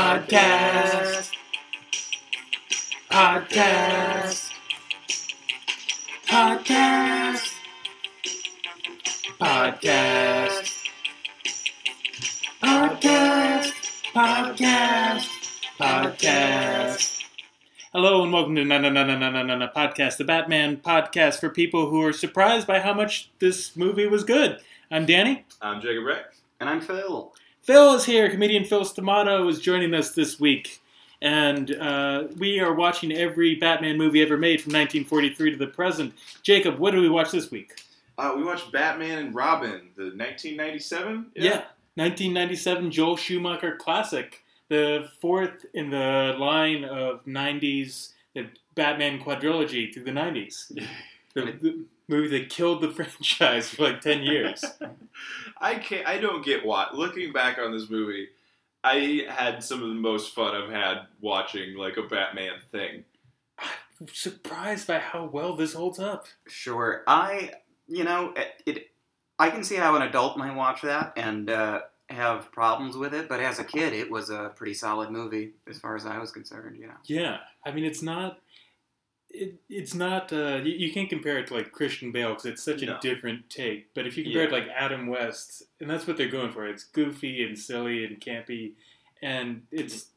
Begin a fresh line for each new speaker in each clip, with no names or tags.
Podcast. Podcast. Podcast. Podcast. Podcast. Podcast. Podcast. Hello and welcome to Na Na Na Na Na Na Na Na Podcast, the Batman podcast for people who are surprised by how much this movie was good. I'm Danny.
I'm Jacob Reck.
And I'm Phil.
Phil is here. Comedian Phil Stamato is joining us this week. And uh, we are watching every Batman movie ever made from 1943 to the present. Jacob, what did we watch this week?
Uh, we watched Batman and Robin, the 1997.
1997 Joel Schumacher classic, the fourth in the line of 90s, the Batman quadrilogy through the 90s. The, the movie that killed the franchise for like 10 years.
I can't. I don't get why. Looking back on this movie, I had some of the most fun I've had watching like a Batman thing.
I'm surprised by how well this holds up.
Sure. I, you know, it, it I can see how an adult might watch that and uh, have problems with it, but as a kid, it was a pretty solid movie as far as I was concerned, you know.
Yeah, I mean, it's not. It, it's not. Uh, you, you can't compare it to like Christian Bale because it's such a
No.
different take. But if you compare it to like Adam West, and that's what they're going for. It's goofy and silly and campy, and it's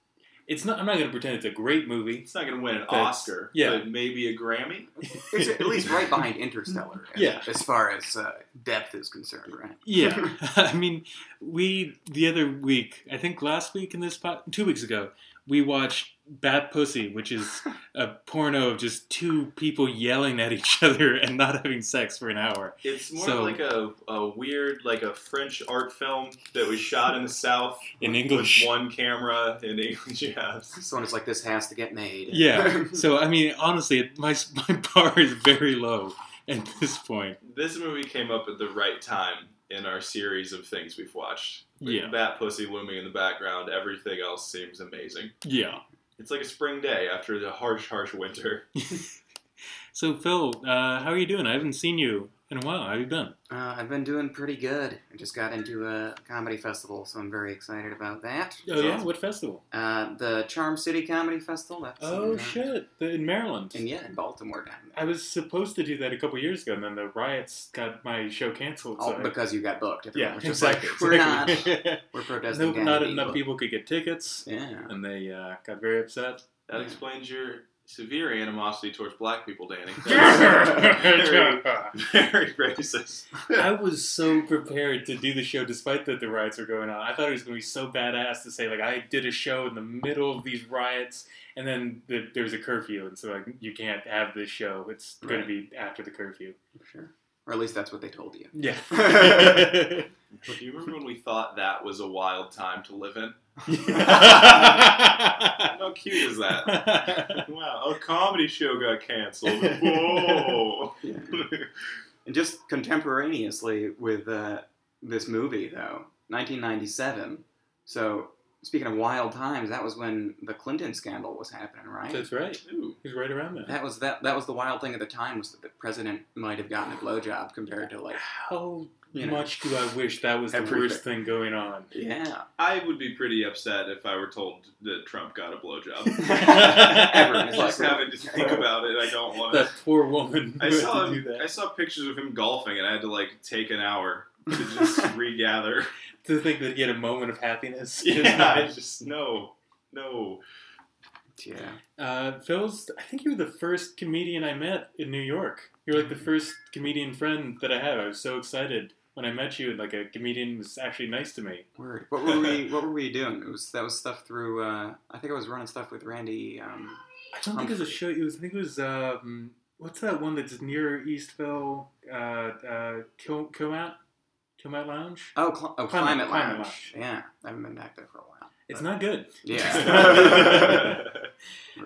it's not. I'm not going to pretend it's a great movie.
It's not going to win an
Thanks.
Oscar,
Yeah.
but maybe a Grammy.
It's at least right behind Interstellar as,
Yeah.
as far as uh, depth is concerned, right?
Yeah, I mean, we the other week, I think last week in this po- two weeks ago, we watched Bat Pussy, which is a porno of just two people yelling at each other and not having sex for an hour.
It's more
So-
like a, a weird, like a French art film that was shot in the South
In
with-
English.
with one camera in English. Yeah.
Someone is like, this has to get made.
Yeah. So I mean, honestly, my my bar is very low at this point.
This movie came up at the right time in our series of things we've watched. With
Yeah.
Bat pussy looming in the background, everything else seems amazing.
Yeah.
It's like a spring day after the harsh, harsh winter.
So Phil, uh, how are you doing? I haven't seen you in a while. How have you been?
Uh, I've been doing pretty good. I just got into a comedy festival, so I'm very excited about that.
Oh yeah. What festival?
Uh, the Charm City Comedy Festival. That's
Oh
in, uh,
shit! The, in Maryland.
And yeah, in Baltimore down there.
I was supposed to do that a couple years ago, and then the riots got my show canceled.
All
so I-
Oh, because you got booked. Everyone
yeah,
was just
exactly,
like, we're not,
exactly.
we're protesting.
no,
down
not
to be
enough
booked."
people could get tickets,
Yeah.
and they uh, got very upset.
That
Yeah.
explains your severe animosity towards black people, Danny. That's very,
I
very racist.
was so prepared to do the show despite that the riots were going on. I thought it was going to be so badass to say like I did a show in the middle of these riots, and then the, there was a curfew, and so like you can't have this show. It's going to
Right.
be after the curfew.
Sure. Or at least that's what they told you.
Yeah.
Do you remember when we thought that was a wild time to live in? How cute was that? Wow, a comedy show got canceled. Whoa.
Yeah. and just contemporaneously with uh, this movie, though, 1997. So, speaking of wild times, that was when the Clinton scandal was happening, right?
That's right.
Ooh.
He's right around that.
that was that. That was the wild thing at the time was that the president might have gotten a blowjob compared to like
How
you know.
much do I wish that was the
Everything.
worst thing going on?
Yeah,
I would be pretty upset if I were told that Trump got a blowjob.
ever.
I
It's
just
like,
having to think about it. I don't want
That
to.
poor woman.
Oh, I
who had
saw
to
him,
do that.
I saw pictures of him golfing, and I had to like take an hour to just regather.
to think that he had a moment of happiness.
Yeah, I just no, no.
yeah.
Uh, Phil's, I think you were the first comedian I met in New York. You're like the first comedian friend that I had. I was so excited when I met you, and like a comedian was actually nice to me.
Word. What were we? What were we doing? It was that was stuff through. Uh, I think I was running stuff with Randy. Um,
I don't think it was a show. It was, I think it was, um, what's that one that's near Eastville? Uh, uh, Kil- Kilmat? Kilmat Lounge?
oh, cl- oh,
Climate-
climate,
Climate
lounge.
Lounge.
Yeah, I haven't been back there for a while.
It's not good.
Yeah.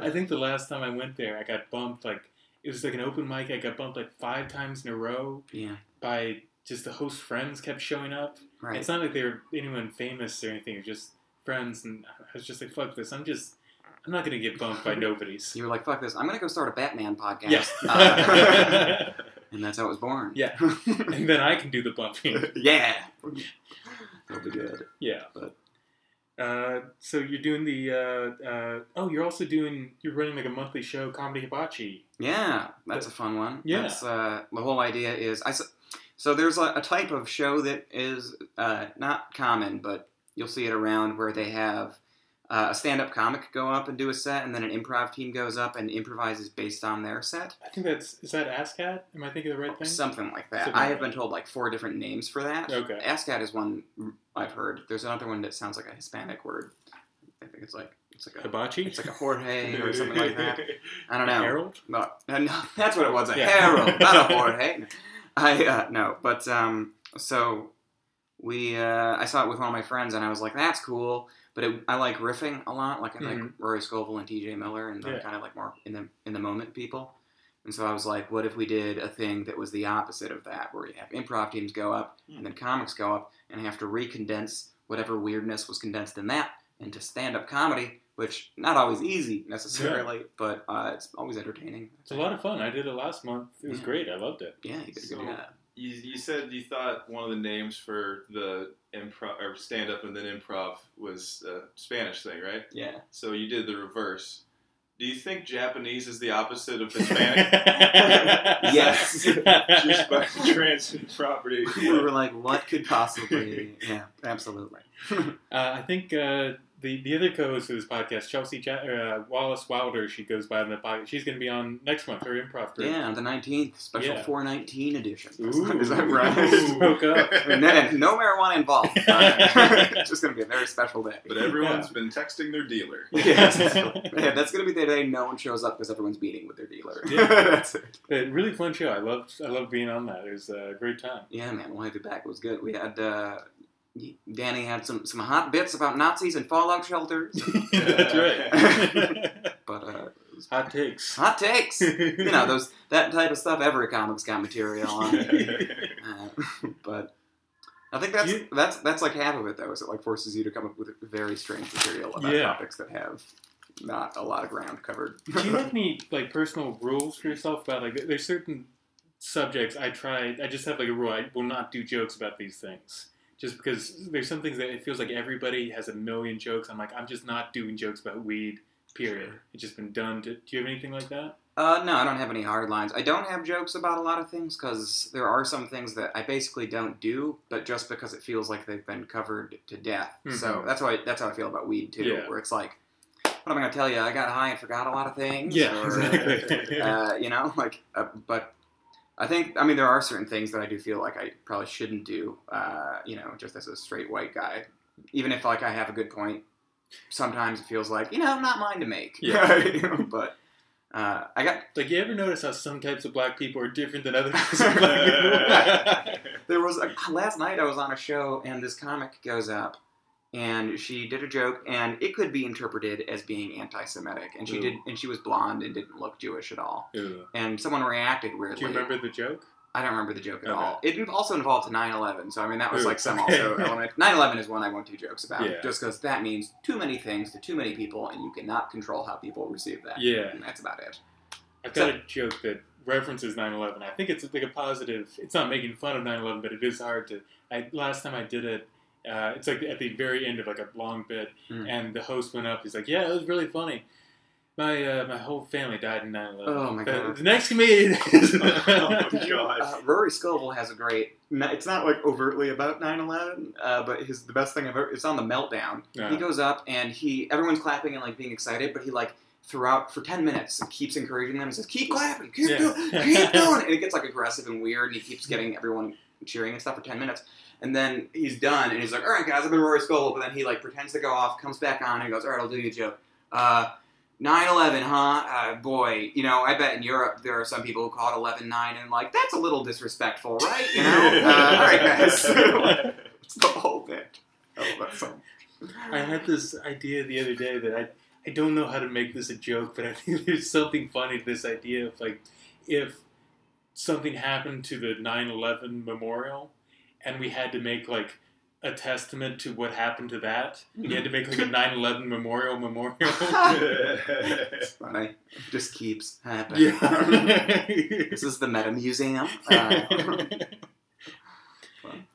I think the last time I went there, I got bumped like it was like an open mic. I got bumped like five times in a row
yeah.
by just the host friends kept showing up.
Right.
It's not like they were anyone famous or anything. It was just friends, and I was just like, "Fuck this! I'm just I'm not gonna get bumped by nobodies."
You were like, fuck this. I'm going to go start a Batman podcast.
Yeah.
Uh, and that's how it was born.
Yeah. and then I can do the bumping.
yeah. That'll be good.
Yeah.
But-
Uh, so you're doing the uh, uh, oh, you're also doing you're running like a monthly show, comedy hibachi.
Yeah, that's a fun one.
Yeah.
That's, uh, the whole idea is I. s- So there's a, a type of show that is uh, not common, but you'll see it around where they have uh, a stand-up comic go up and do a set, and then an improv team goes up and improvises based on their set,
I think that's is that ASCAT? Am I thinking of the right thing?
something like that.
Something
I have
like
been told like four different names for that.
Okay.
ASCAT is one I've heard. There's another one that sounds like a Hispanic word. I think it's like it's like a
hibachi.
it's like a Jorge or something like that. I don't know.
Harold.
No, no, no, that's what it was. A
Yeah.
Harold, not a Jorge. I uh, no, but um, so we uh, I saw it with one of my friends, and I was like, "That's cool." But it, I like riffing a lot, like I like
Mhm.
Rory Scovel and T.J. Miller, and they're
Yeah.
kind of like more in the in the moment people. And so I was like, "What if we did a thing that was the opposite of that, where you have improv teams go up
Hmm.
and then comics go up and have to recondense whatever weirdness was condensed in that into stand-up comedy, which not always easy necessarily, but uh, it's always entertaining."
It's a lot of fun. I did it last month. It was
Yeah.
great. I loved it.
Yeah, you could
So-
do that.
You, you said you thought one of the names for the improv or stand up and then improv was a Spanish thing, right?
Yeah.
So you did the reverse. Do you think Japanese is the opposite of Hispanic?
Yes.
Just by the transitive property.
we were like, what could possibly? yeah, absolutely.
Uh, I think uh, the the other co-host of this podcast, Chelsea Ch- uh, Wallace Wilder, she goes by in the podcast. She's going to be on next month. Her improv group.
Yeah, the nineteenth special
Yeah.
four nineteen edition.
Ooh.
Is that right?
Ooh, spoke up.
And then no marijuana involved. it's just gonna be a very special day.
But everyone's been texting their dealer.
Yes.
Uh,
Yeah, that's gonna be the day no one shows up because everyone's beating with their dealer.
Yeah.
That's it.
But really fun show. I loved I loved being on that. It was a great time.
Yeah, man, we'll have you back. It was good. We had uh, Danny had some some hot bits about Nazis and fallout shelters,
That's right.
but uh,
Hot takes.
hot takes. You know those that type of stuff. Every comics got material on. Uh, but I think that's
You-
that's that's like half of it though. Is it like forces you to come up with very strange material about
Yeah.
topics that have not a lot of ground covered.
Do you have any like personal rules for yourself about like there's certain subjects I try I just have like a rule I will not do jokes about these things just because there's some things that it feels like everybody has a million jokes I'm like I'm just not doing jokes about weed period
Sure.
it's just been done to, do you have anything like that
Uh, no, I don't have any hard lines. I don't have jokes about a lot of things because there are some things that I basically don't do, but just because it feels like they've been covered to death. So
Mhm.
that's how I, that's how I feel about weed too,
Yeah.
where it's like, what am I gonna tell you? I got high and forgot a lot of things. or-
exactly
uh, you know, like, uh, but I think, I mean, there are certain things that I do feel like I probably shouldn't do, uh, you know, just as a straight white guy. Even if, like, I have a good point, sometimes it feels like, you know, not mine to make.
Yeah.
You know, but uh, I got,
like you ever notice how some types of black people are different than other types of black people
there was, a, last night I was on a show and this comic goes up and she did a joke and it could be interpreted as being anti-Semitic and she
Ooh.
did, and she was blonde and didn't look Jewish at all.
Ew.
And someone reacted
do
weirdly.
you remember the joke
I don't remember the joke at
Okay.
all. It also involved 9/11, so I mean that was
Ooh,
like some
okay.
also element. 9/11 is one I won't do jokes about,
Yeah.
just because that means too many things to too many people, and you cannot control how people receive that.
yeah
And that's about it.
I've got a joke that references 9/11. I think it's like a positive. It's not making fun of 9/11, but it is hard to. I last time I did it, uh, it's like at the very end of like a long bit,
Mm.
and the host went up. He's like, "Yeah, it was really funny. My uh, my whole family died in 9/11."
Oh my
But
God.
The next comedian is.
Oh, God.
Uh, Rory Scovel has a great. no, It's not like overtly about 9/11, uh, but his the best thing I've ever. It's on the meltdown.
Yeah.
He goes up and he everyone's clapping and like being excited, but he like throughout for 10 minutes keeps encouraging them and says keep clapping keep
Yeah.
doing keep doing and it gets like aggressive and weird and he keeps getting everyone cheering and stuff for 10 minutes and then he's done and he's like all right guys i've been rory scovel but then he like pretends to go off comes back on and goes all right i'll do you a joke uh 9-11 huh uh, boy you know i bet in europe there are some people who call it 11-9 and like that's a little disrespectful right you know uh, all right guys it's the whole bit oh, that's so-
I had this idea the other day that I I don't know how to make this a joke, but I think there's something funny to this idea of like if something happened to the 9/11 memorial and we had to make like a testament to what happened to that. You had to make like a 9/11 memorial memorial.
It's funny. Just keeps happening.
yeah.
this is the Meta Museum.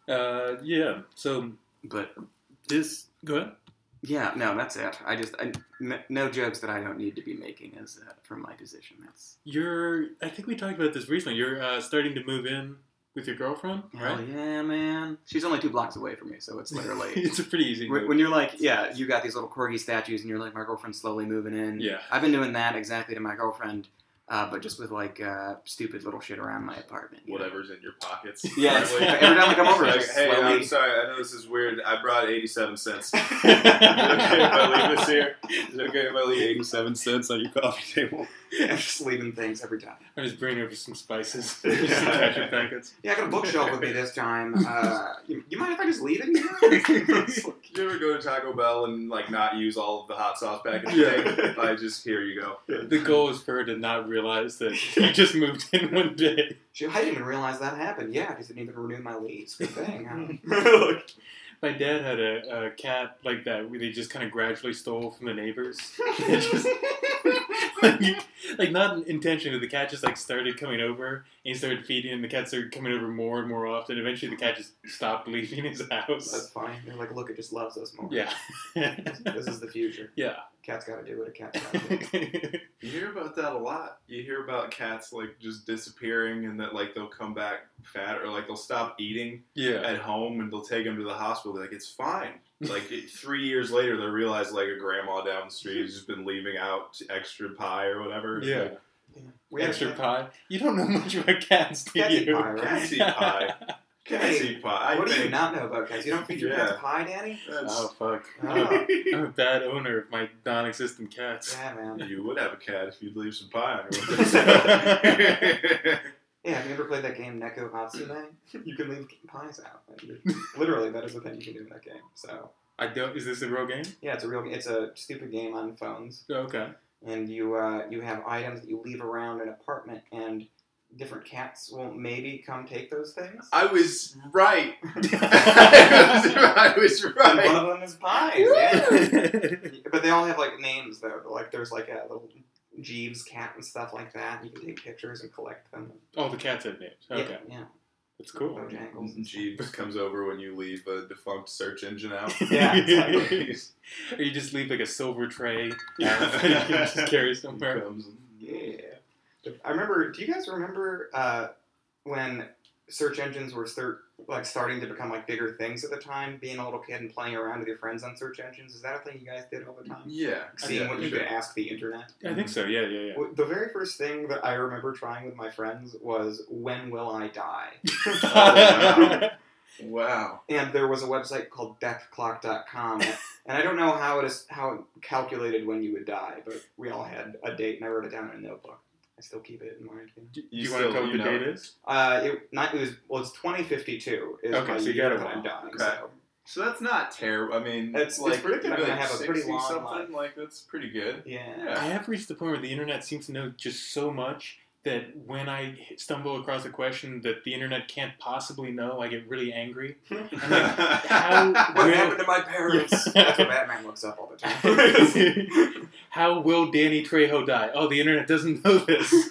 Uh,
uh, yeah. So
but
this go ahead.
Yeah, no, that's it. I just I, n- no jokes that I don't need to be making is uh, from my position. That's
You're. I think we talked about this recently. You're uh, starting to move in with your girlfriend,
hell
right?
yeah, man. She's only two blocks away from me, so it's literally
it's a pretty easy.
when
Move.
when you're like, yeah, you got these little corgi statues, and you're like, my girlfriend's slowly moving in.
yeah.
I've been doing that exactly to my girlfriend, uh, but just with like uh, stupid little shit around my apartment. you know?
Whatever's in your pockets.
Yeah,
it's-
Like,
every time I come
over,
like,
it's
hey,
slowly-
I'm sorry. I know this is weird. I brought 87 cents. Is it okay if I leave this here? Is it okay if I leave 87 cents on your coffee table?
I'm just leaving things every time.
I'm just bringing over some spices, some ketchup packets.
Yeah, I got a bookshelf with me this time. Uh, you, you mind if I just leave it here?
Did you ever go to Taco Bell and like not use all of the hot sauce packets?
Yeah.
I just here you go.
The goal is for her to not realize that you just moved in one day.
Shoot, I didn't even realize that happened. Yeah, because I didn't even renew my lease. Good thing. huh?
My dad had a, a cat like that. Where they just kind of gradually stole from the neighbors. They just- like, like, not intentionally. The cat just like started coming over, and he started feeding, and the cat started coming over more and more often. Eventually, the cat just stopped leaving his
That's
house.
funny. They're like, look, it just loves us more.
Yeah,
This is the future.
yeah.
Cat's got to do what a cat's got to do.
You hear about that a lot. You hear about cats like just disappearing and that like they'll come back fat or like they'll stop eating
yeah.
at home and they'll take them to the hospital. They're like it's fine. Like it- three years later, they realize like a grandma down the street has just been leaving out extra pie or whatever.
Yeah.
Yeah. We had a
Extra
cat-
pie. You don't know much about cats, do
Cats eat
you?
pie, right?
cats eat pie. Cats eat pie. I
What do you
think.
not know about cats? You don't feed your
Yeah.
cats pie, Danny?
Oh
That's-
fuck!
Oh.
I'm a bad owner of my non-existent cats.
Yeah, man.
you would have a cat if you'd leave some pie on her.
Yeah, have you ever played that game Neko Matsume? You can leave pies out. Literally, that is the thing you can do in that game. So,
I don't. Is this a real game? Oh,
yeah, it's a real, it's a stupid game on phones.
Okay.
and you uh, you have items that you leave around an apartment, and different cats will maybe come take those things.
I was right. I was
And one
right.
of them is pies, yeah. but they all have like names though. Like there's like a little Jeeves cat and stuff like that. You can take pictures and collect them.
oh, the cats have names. Okay,
Yeah, Oh,
that's cool.
yeah. Bojangles. and stuff.
Jeeves comes over when you leave a defunct search engine out.
Yeah, exactly.
he
or you just leave like a silver tray.
Yeah.
and you can just carry somewhere.
comes.
Yeah. I remember. Do you guys remember uh, when search engines were start, like starting to become like bigger things at the time? Being a little kid and playing around with your friends on search engines is that a thing you guys did all the time?
Yeah,
Seeing
yeah,
what you
sure.
could ask the internet.
I think so. Yeah, yeah,
Well, The very first thing that I remember trying with my friends was "When will I die?"
yeah.
Wow.
and there was a website called deathclock.com, and I don't know how it is how it calculated when you would die, but we all had a date, and I wrote it down in a notebook. I still keep it in mind. you know.
Do do
You
you, want to
still-
tell what
you
the
know
date is?
Uh, it, not, it was well, it's 2052 is
Okay,
my
so you
year
got a
that I'm
while.
dying.
Okay.
So.
So that's not terrible. I mean,
It's- it's
like
predicted
you'd
I'm
be
gonna
like
have a pretty
60
long
something.
life.
Like that's pretty good.
Yeah.
Yeah.
I have reached the point where the internet seems to know just so much that when I stumble across a question that the internet can't possibly know, I get really angry. I'm like, how
What
will-
happened to my parents?
Yeah.
That's what Batman looks up all the time.
How will Danny Trejo die? Oh, the internet doesn't know this.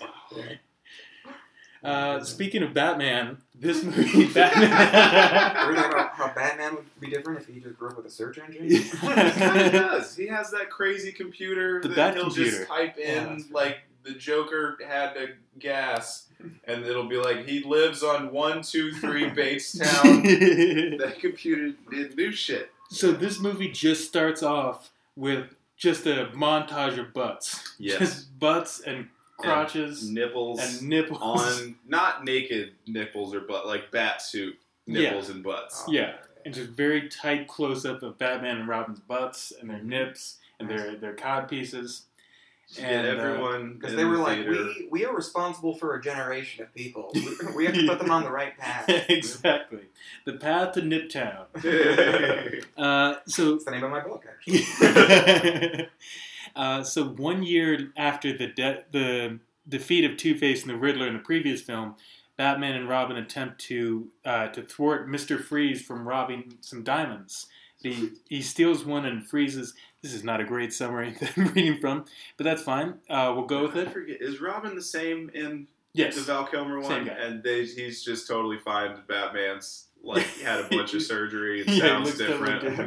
Uh, speaking of Batman, this movie, Batman.
We're talking about how Batman would be different if he just grew up with a search engine.
he kinda does. He has that crazy computer
The
that
bat
he'll
computer.
just type in
Yeah, that's right.
like the Joker had to gas, and it'll be like he lives on one two three Batestown. that computer did new shit.
so this movie just starts off with just a montage of butts.
Yes.
Just butts and crotches and,
Nipples
nipples.
on not naked nipples or butt like bat suit nipples and butts.
Yeah. And just very tight close up of Batman and Robin's butts and their nips and their, their cod pieces.
And
And, uh,
everyone
Because
in
they
the
were like,
theater-
we, we are responsible for a generation of people. We, we have to put them on the right path. It's
exactly. The path to Niptown.
yeah,
Uh, so
the name of my book, actually.
uh, so one year after the de- the defeat of Two Face and the Riddler in the previous film, Batman and Robin attempt to uh, to thwart Mister Freeze from robbing some diamonds. He he steals one and freezes. This is not a great summary that I'm reading from, but that's fine. Uh, we'll go with
I
it.
forget. Is Robin the same in the
Yes.
Val Kilmer one?
Same guy.
And they, he's just totally fine. Batman's like had a bunch of surgery and
Yeah, he
sounds
looks totally
different.
different.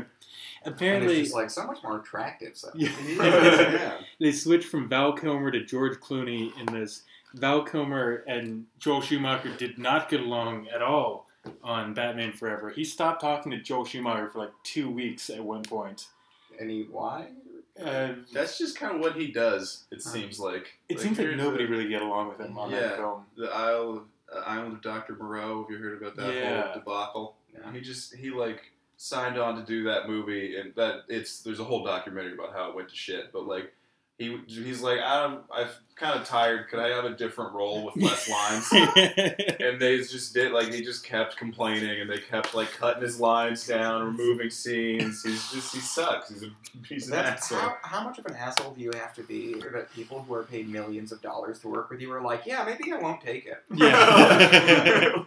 And it's
Apparently,
just like so much more attractive. So.
Yeah.
yeah.
they switched from Val Kilmer to George Clooney in this. Val Kilmer and Joel Schumacher did not get along at all on Batman Forever. He stopped talking to Joel Schumacher for like two weeks at one point.
Any why?
Uh,
That's just kind of what he does. It
Huh.
seems like
Um, it seems like
here's
nobody
the-
really get along with him on that
Yeah.
film.
the Isle of, uh, Island of Doctor Moreau. Have you heard about that
Yeah.
whole debacle?
Yeah.
He just he like signed on to do that movie, and that it's there's a whole documentary about how it went to shit. But like he he's like I'm I'm kind of tired. Could I have a different role with less lines? And they just did like he just kept complaining, and they kept like cutting his lines down, removing scenes. He's just he sucks. He's a he's an
That's
asshole.
how, how much of an asshole do you have to be that people who are paid millions of dollars to work with you are like, yeah, maybe I won't take it.
Yeah.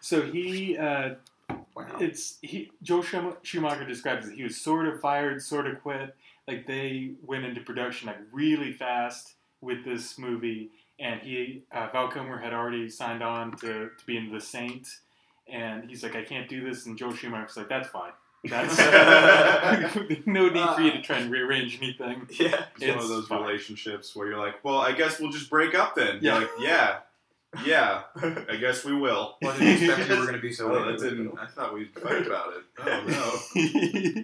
so he uh,
wow.
It's he. Joe Schum- Schumacher describes it. He was sort of fired, sort of quit. Like they went into production like really fast with this movie, and he uh, Val Kilmer had already signed on to, to be in The Saint, and he's like, I can't do this. And Joe Schumacher's like, That's fine. That's no need for you to try and rearrange anything.
Yeah, it's, one
It's
of those
fine.
relationships where you're like, well, I guess we'll just break up then.
Yeah.
You're like, yeah, yeah, I guess we will.
Well, I didn't expect you were going to be so.
Oh, that
into it.
didn't. I thought we'd fight about it. Oh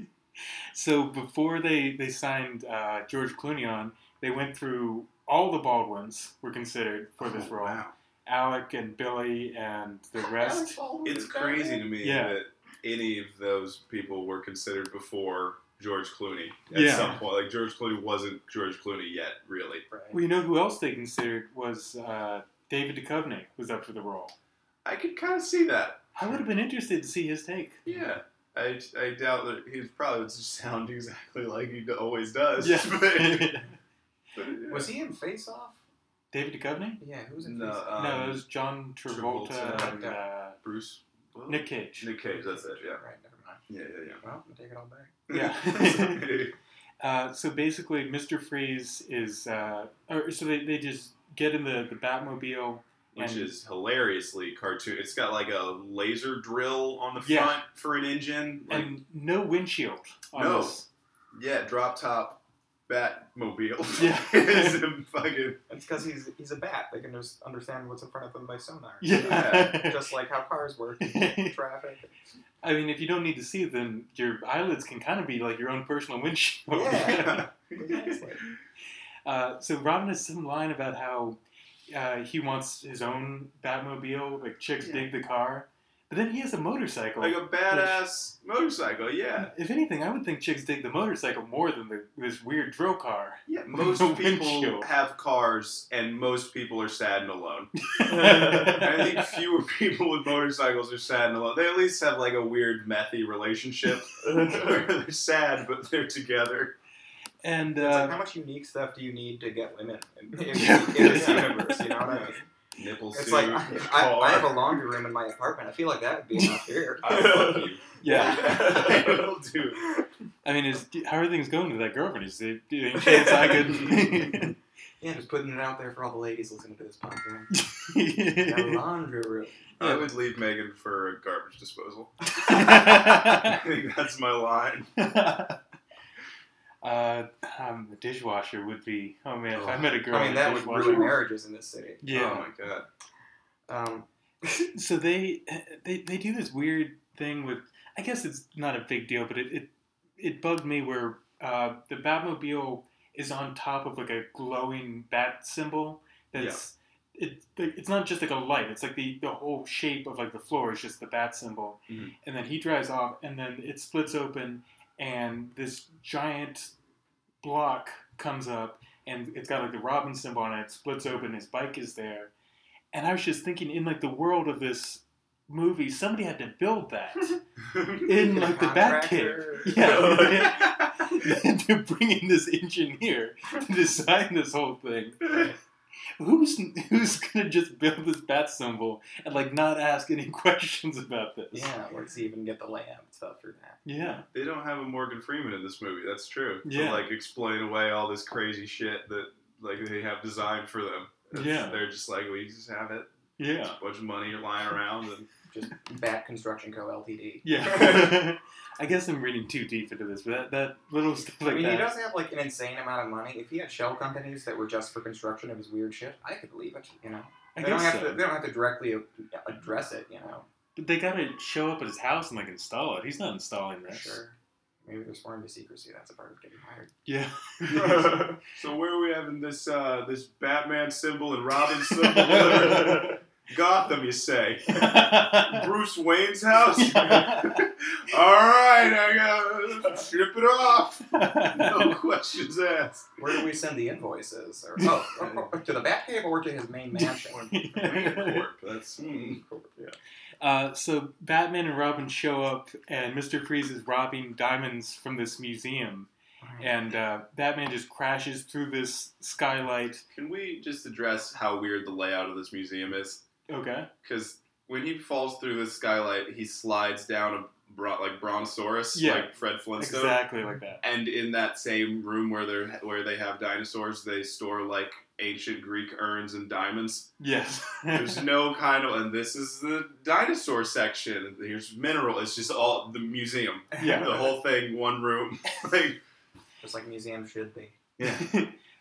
so before they they signed uh, George Clooney on, they went through all the Baldwins were considered for
no.
this role.
Oh, Wow.
Alec and Billy and the
Alec
rest.
Baldwin
It's
is back.
crazy to me
Yeah.
that any of those people were considered before George Clooney at
Yeah.
some point. Like George Clooney wasn't George Clooney yet, really.
Well, you know who else they considered was uh, David Duchovny was up for the role.
I could kind of see that.
I would have been interested to see his take.
Yeah. I, I doubt that he probably would sound exactly like he always does.
Yeah.
But-
Was he in Face Off?
David Duchovny?
Yeah, who was in
No,
Face Off?
um,
no, it was John Travolta,
Travolta.
and uh,
Bruce. Willis?
Nick Cage.
Nick Cage. That's it. Yeah.
Right, never mind.
Yeah. Yeah.
Well, I take it all back.
Yeah.
Yeah.
Uh, so basically, Mr. Freeze is, uh, or, so they, they just get in the, the Batmobile.
Which
and-
is hilariously cartoon. It's got like a laser drill on the front
Yeah.
for an engine. Like,
and no windshield. On
No.
This.
yeah, drop top Batmobile.
Yeah.
It's a fucking.
It's because he's he's a bat. They can just understand what's in front of them by sonar.
Yeah.
Just like how cars work, traffic.
I mean, if you don't need to see, then your eyelids can kind of be like your own personal windshield.
Yeah.
Exactly.
uh, so Robin has some line about how uh, he wants his own Batmobile, like chicks
Yeah.
dig the car, but then he has a motorcycle.
like a badass motorcycle. Yeah.
if anything, I would think chicks dig the motorcycle more than the, this weird drill car.
Yeah. Most
No
people
windshield.
have cars, and most people are sad and alone. I think
yeah,
fewer people with motorcycles are sad and alone. They at least have like a weird methy relationship where they're sad but they're together.
and
It's like,
uh,
how much unique stuff do you need to get women in, in, in
Yeah.
this universe? You know what I mean?
Nipple
It's
suit,
like I, I,
car.
I have a laundry room in my apartment. I feel like that would be enough here.
I'll fuck you.
yeah,
I will do it.
I mean, is how are things going with that girlfriend? Is it, do you think it's not good?
Yeah, just putting it out there for all the ladies listening to this podcast. Got a laundry room.
I would leave Megan for a garbage disposal. I
uh,
think that's my line.
um, the dishwasher would be. Oh man, if I met a girl,
I mean,
with a
that would
dishwasher-
ruin marriages in this city.
Yeah.
Oh my god.
Um,
So they, they they do this weird thing with. I guess it's not a big deal, but it it, it bugged me where uh, the Batmobile is on top of like a glowing bat symbol. That's it. It's not just like a light. It's like the the whole shape of like the floor is just the bat symbol.
Mhm.
And then he drives off, and then it splits open, and this giant block comes up, and it's got like the Robin symbol on it. Splits open. His bike is there. And I was just thinking, in like the world of this movie, somebody had to build that in
get a
like the bat cave.
contractor.
Yeah, to bring in this engineer to design this whole thing. Who's who's gonna just build this bat symbol and like not ask any questions about this?
Yeah, or to even get the layout and stuff for that.
yeah,
they don't have a Morgan Freeman in this movie. That's true.
Yeah.
To like explain away all this crazy shit that like they have designed for them. It's-
Yeah.
They're just like, we just have it.
yeah.
It's a bunch of money lying around and
just Bat Construction Co. Ltd.
Yeah. I guess I'm reading too deep into this, but that, that little stuff
I
like
mean, he
that.
does have like an insane amount of money. If he had shell companies that were just for construction of his weird shit, I could believe it. You know,
I
they don't
guess
have
so.
to. They don't have to directly address it. You know,
But they gotta show up at his house and like install it. He's not installing this.
sure. Maybe they're sworn to secrecy. That's a part of getting hired.
Yeah.
So where are we having this uh, this Batman symbol and Robin symbol? Gotham, you say? Bruce Wayne's house? All right, I got ship it off. No questions asked.
Where do we send the invoices? Or, oh, or- or to the Batcave or to his main mansion?
Corp, That's hmm, corp, yeah.
Uh, so Batman and Robin show up, and Mister Freeze is robbing diamonds from this museum, and uh, Batman just crashes through this skylight.
Can we just address how weird the layout of this museum is?
Okay.
Because when he falls through this skylight, he slides down a bro- like Brontosaurus,
Yeah.
like Fred Flintstone.
Exactly like that.
And in that same room where they are where they have dinosaurs, they store like ancient Greek urns and diamonds.
Yes.
There's no kind of and this is the dinosaur section. Here's mineral. It's just all the museum,
yeah.
the whole thing, one room. like,
Just like museums should be.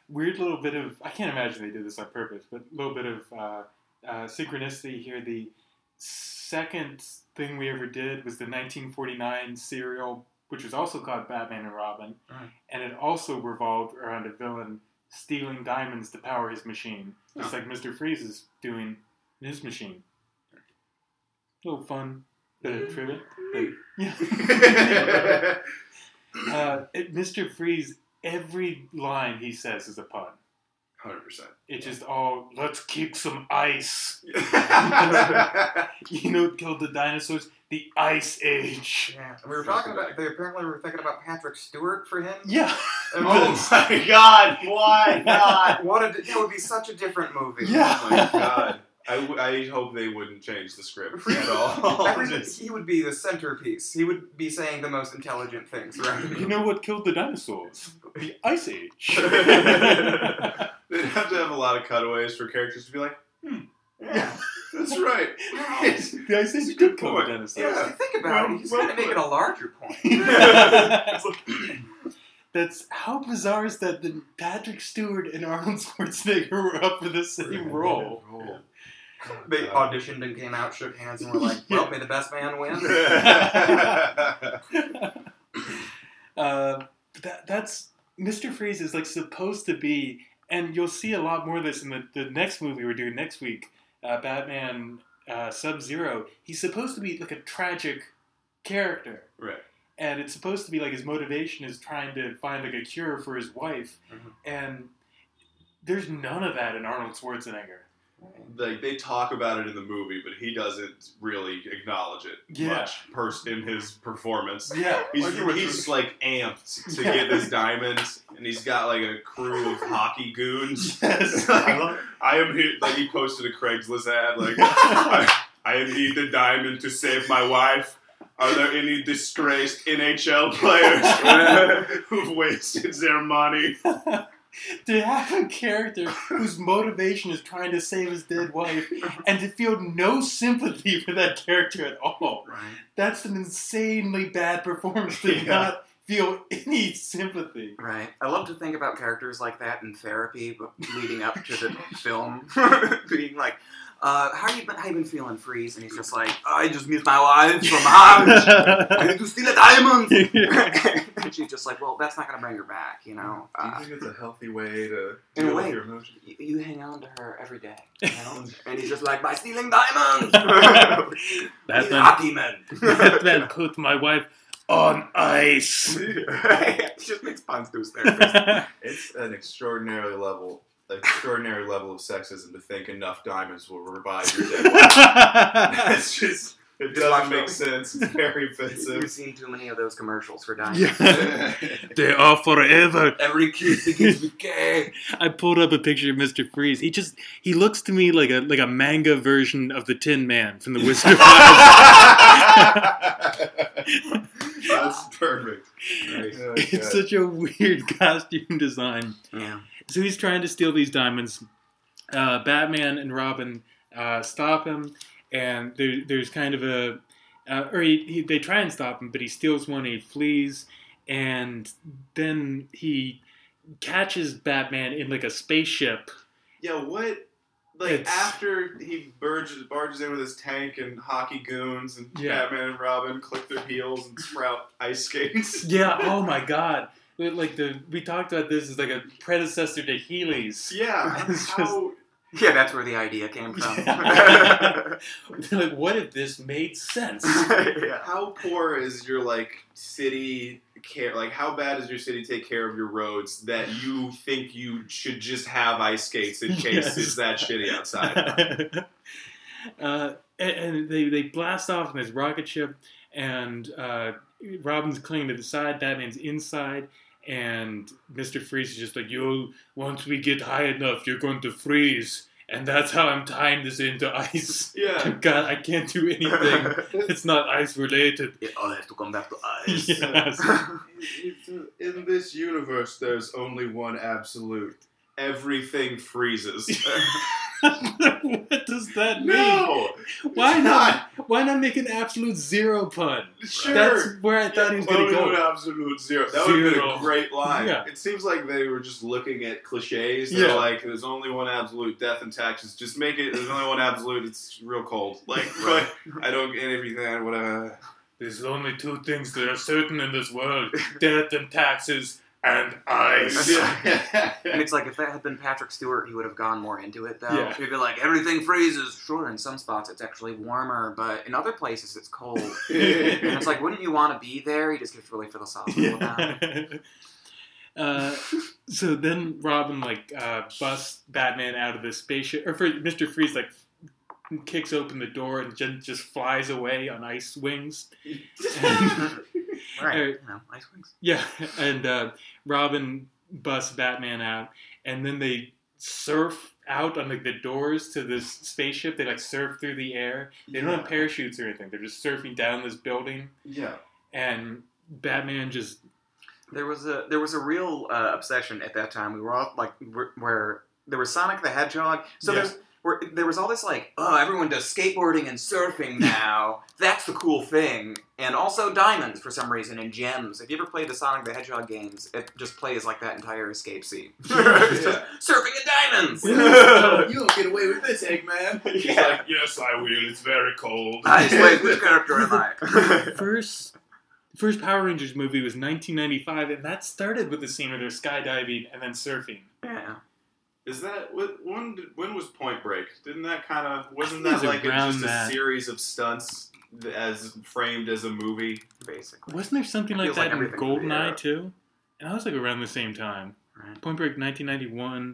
Weird little bit of I can't imagine they did this on purpose, but a little bit of uh, uh, synchronicity here. The second thing we ever did was the 1949 serial, which was also called Batman and Robin,
Right.
and it also revolved around a villain stealing diamonds to power his machine, just like Mister Freeze is doing in his machine. little fun bit of trivia. but- yeah. uh, it- Mr. Freeze, every line he says is a pun.
Hundred percent.
It's just all, let's kick some ice.
That's
You know what killed the dinosaurs? The Ice Age.
Yeah. We were talking about. They apparently were thinking about Patrick Stewart for him.
Yeah.
And
Oh
my god! Why
what- What a, that would be such a different movie.
Yeah.
Oh my god! I, w- I hope they wouldn't change the script at all.
Every-
Just-
he would be the centerpiece. He would be saying the most intelligent things, right?
You know what killed the dinosaurs? The Ice Age.
They'd have to have a lot of cutaways for characters to be like,
Yeah.
"That's right." Yes.
the Ice
It's a
Age
good
did kill the
point.
dinosaurs.
Yeah, if you think about
Well-
it, he's
well
going to make it a larger point.
That's how bizarre is that? That Patrick Stewart and Arnold Schwarzenegger were up for the same role.
They auditioned and came out, shook hands, and were like, "Well, may the best man win."
Yeah. Uh, that, that's Mr. Freeze is like supposed to be, and you'll see a lot more of this in the, the next movie we're doing next week, uh, Batman uh, Sub Zero. He's supposed to be like a tragic character,
right.
and it's supposed to be like his motivation is trying to find like a cure for his wife,
Mhm.
and there's none of that in Arnold Schwarzenegger.
Like they talk about it in the movie, but he doesn't really acknowledge it
Yeah.
much pers- in his performance.
Yeah,
He's,
Like, which
he's
is-
like amped to
Yeah.
get his diamonds, and he's got like a crew of hockey goons.
yes.
I I am here. Like he posted a Craigslist ad, like I, I need the diamond to save my wife. Are there any disgraced NHL players who've wasted their money?
to have a character whose motivation is trying to save his dead wife and to feel no sympathy for that character at all.
Right.
That's an insanely bad performance to
Yeah.
not feel any sympathy.
Right. I love to think about characters like that in therapy, but leading up to the film, being like, uh, "How you been? How you been feeling, Freeze?" And he's just like, "I just missed my wife from Hans. I need to steal a diamond." and she's just like, "Well, that's not gonna bring her back, you know. Uh,
think it's a healthy way to
In a deal with way. your
emotions?
you, you hang on to her every day." You know? and he's just like, "By stealing diamonds, he's happy man."
Batman put my wife on ice.
It just makes puns to his therapist.
It's an extraordinary level, extraordinary level of sexism to think enough diamonds will revive your dead wife. It's just it doesn't make sense. It's very
You've
offensive.
seen too many of those commercials for diamonds.
they are forever.
Every kiss begins with K.
I pulled up a picture of Mr. Freeze. He just he looks to me like a like a manga version of the Tin Man from the Wizard of
That's perfect. Oh,
It's
God.
such a weird costume design.
Yeah.
So he's trying to steal these diamonds. Uh, Batman and Robin uh, stop him, and there, there's kind of a, uh, or he, he, they try and stop him, but he steals one, he flees, and then he catches Batman in like a spaceship.
Yeah, what? Like
It's-
after he barges, barges in with his tank and hockey goons and
Yeah.
Batman and Robin click their heels and sprout ice skates.
Yeah. Oh my God. Like the we talked about this as like a predecessor to Healy's.
Yeah,
It's
how
Yeah, that's where the idea came from.
Yeah. like, what if this made sense?
Yeah.
how poor is your like city care? Like how bad does your city take care of your roads that you think you should just have ice skates in case
Yes.
it's that shitty outside?
uh, and, and they, they blast off in this rocket ship, and uh, Robin's clinging to the side, Batman's inside, and Mister Freeze is just like, "You, once we get high enough, you're going to freeze." And that's how I'm tying this into ice.
yeah,
God, I can't do anything. It's not ice related.
It all has to come back to ice.
Yes.
It's- it's- In this universe, there's only one absolute. Everything freezes.
what does that mean?
no,
Why
it's
not? Why not make an absolute zero pun?
Sure. Oh,
That's where I thought he was going to
Only
go.
one absolute zero. That would have been
Zero.
a great line.
Yeah.
It seems like they were just looking at cliches. They're
Yeah.
like, "There's only one absolute, death and taxes. Just make it. There's only one absolute. It's real cold. Like,
Right.
but I don't get everything. I would. Uh,
There's only two things that are certain in this world death and taxes and ice.
And it's like if that had been Patrick Stewart, he would have gone more into it though.
Yeah.
He'd be like, everything freezes. Sure, in some spots it's actually warmer, but in other places it's cold. and it's like, wouldn't you want to be there? He just gets really philosophical about it.
uh, so then Robin, like, uh, busts Batman out of the spaceship, or for Mr. Freeze, like, kicks open the door and j- just flies away on ice wings.
Right.
Uh,
You know, ice wings.
Yeah, and uh, Robin busts Batman out, and then they surf out on like the doors to this spaceship. They like surf through the air. They don't have parachutes or anything. They're just surfing down this building,
Yeah.
and Batman just
There was a there was a real uh, obsession at that time. We were all like where, where there was Sonic the Hedgehog. So
Yeah.
there's where, there was all this like oh everyone does skateboarding and surfing now. That's the cool thing. And also diamonds for some reason and gems. If you ever played the Sonic the Hedgehog games, it just plays like that entire escape scene. It's just surfing and diamonds.
don't get away with this, Eggman. He's
Yeah.
like, yes, I will. It's very cold.
I just like, which character am I?
first. First Power Rangers movie was 1995, and that started with the scene where they're skydiving and then surfing.
yeah.
Is that what, when? did- When was Point Break? Didn't that kind of wasn't
I
that
think it was
like a,
around
just
that.
a series of stunts th- as framed as a movie?
Basically.
Wasn't there something like
Feels like
that in
everything from the era.
Goldeneye too? And I was like around the same time.
Right.
Point Break 1991,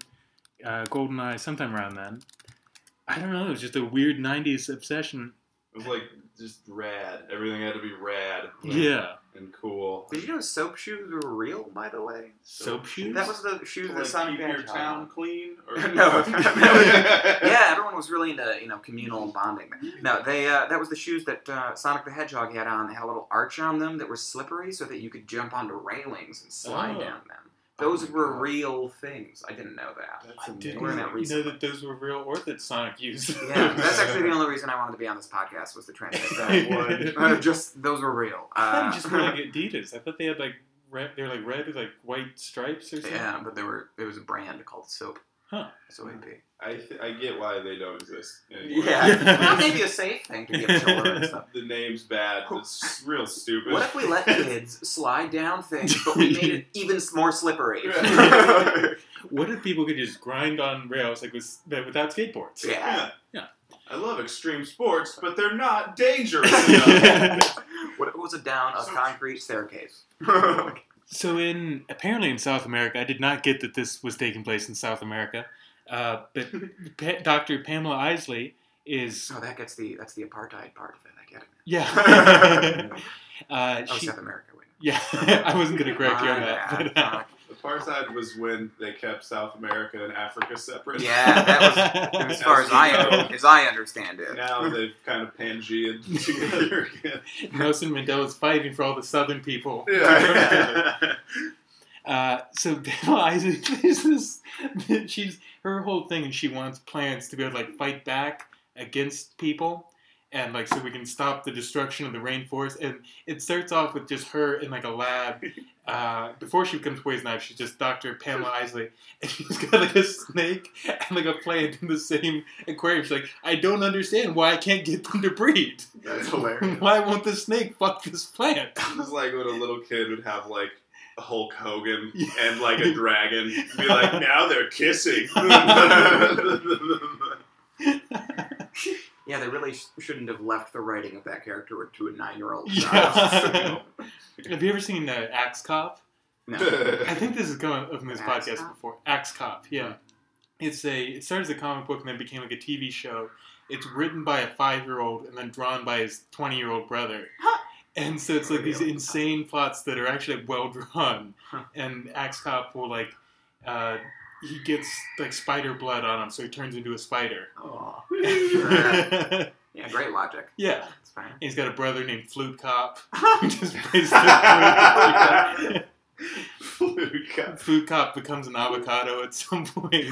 uh, GoldenEye, sometime around then. I don't know. It was just a weird 90s obsession.
It was like just rad. Everything had to be rad.
Yeah.
and cool.
Did you know soap shoes were real, by the way?
Soap shoes?
That was the shoes
To,
that
like,
Sonic
keep
the
your
Hedgehog.
town clean? Or...
No.
yeah.
yeah, everyone was really into you know communal bonding. No, they uh, that was the shoes that uh, Sonic the Hedgehog had on. They had a little arch on them that were slippery, so that you could jump onto railings and slide
Oh.
down them. Those
Oh my
were
God.
real things. I didn't know that.
That's
Didn't
Wearing
amazing.
that
you know
recently.
that those were real orthotics Sonic used.
Yeah, that's actually the only reason I wanted to be on this podcast was to translate that. uh, just those were real.
I thought
Uh,
they just were like Adidas. I thought they had like red. They were like red with like white stripes or something.
yeah, but there were it was a brand called Soap.
Huh.
So
I, th- I get why they don't exist anymore.
Yeah, well, maybe a safe thing to give children and stuff.
The name's bad. It's real stupid.
What if we let kids slide down things, but we made it even more slippery?
Yeah.
What if people could just grind on rails like with, that without skateboards?
yeah.
I love extreme sports, but they're not dangerous enough.
Yeah.
What if it was a down a concrete staircase?
So in apparently in South America, I did not get that this was taking place in South America, uh, but pa- Dr. Pamela Isley is
Oh, that gets the that's the apartheid part of it. I get it.
yeah. uh,
Oh,
she,
South America. Wait.
yeah, I wasn't gonna correct you on
My
that.
bad,
but, uh,
fuck.
Apartheid was when they kept South America and Africa separate.
yeah, that was as far as I as I understand it.
Now they've kind of pangeaed together again.
Nelson Mandela's fighting for all the Southern people.
Yeah.
Uh, so Pamela Isley, there's this, she's her whole thing is she wants plants to be able to like fight back against people. and like so we can stop the destruction of the rainforest. And it starts off with just her in like a lab. Uh, before she becomes poison ivy, she's just Dr. Pamela Isley, and she's got like a snake and like a plant in the same aquarium. She's like, I don't understand why I can't get them to breed.
That's
hilarious.
Why won't the snake fuck this plant?
It was like when a little kid would have like Hulk Hogan and like a dragon. Be like, now they're kissing.
Yeah, they really sh- shouldn't have left the writing of that character to a nine-year-old
Yeah. Have you ever seen uh, Axe Cop?
no.
I think this is coming up in this
Axe
podcast
Cop?
before. Axe Cop, yeah. It's a it started as a comic book and then became like a TV show. It's written by a five year old and then drawn by his twenty year old brother.
Huh.
And so it's like these
Really?
insane plots that are actually well drawn.
Huh.
And Axe Cop will like uh, he gets like spider blood on him, so he turns into a spider.
Aw.
yeah.
Yeah, great logic.
And
That's fine.
he's got a brother named Flute Cop. who
I
just plays the flute.
Flute cop.
Food cop becomes an avocado at some point.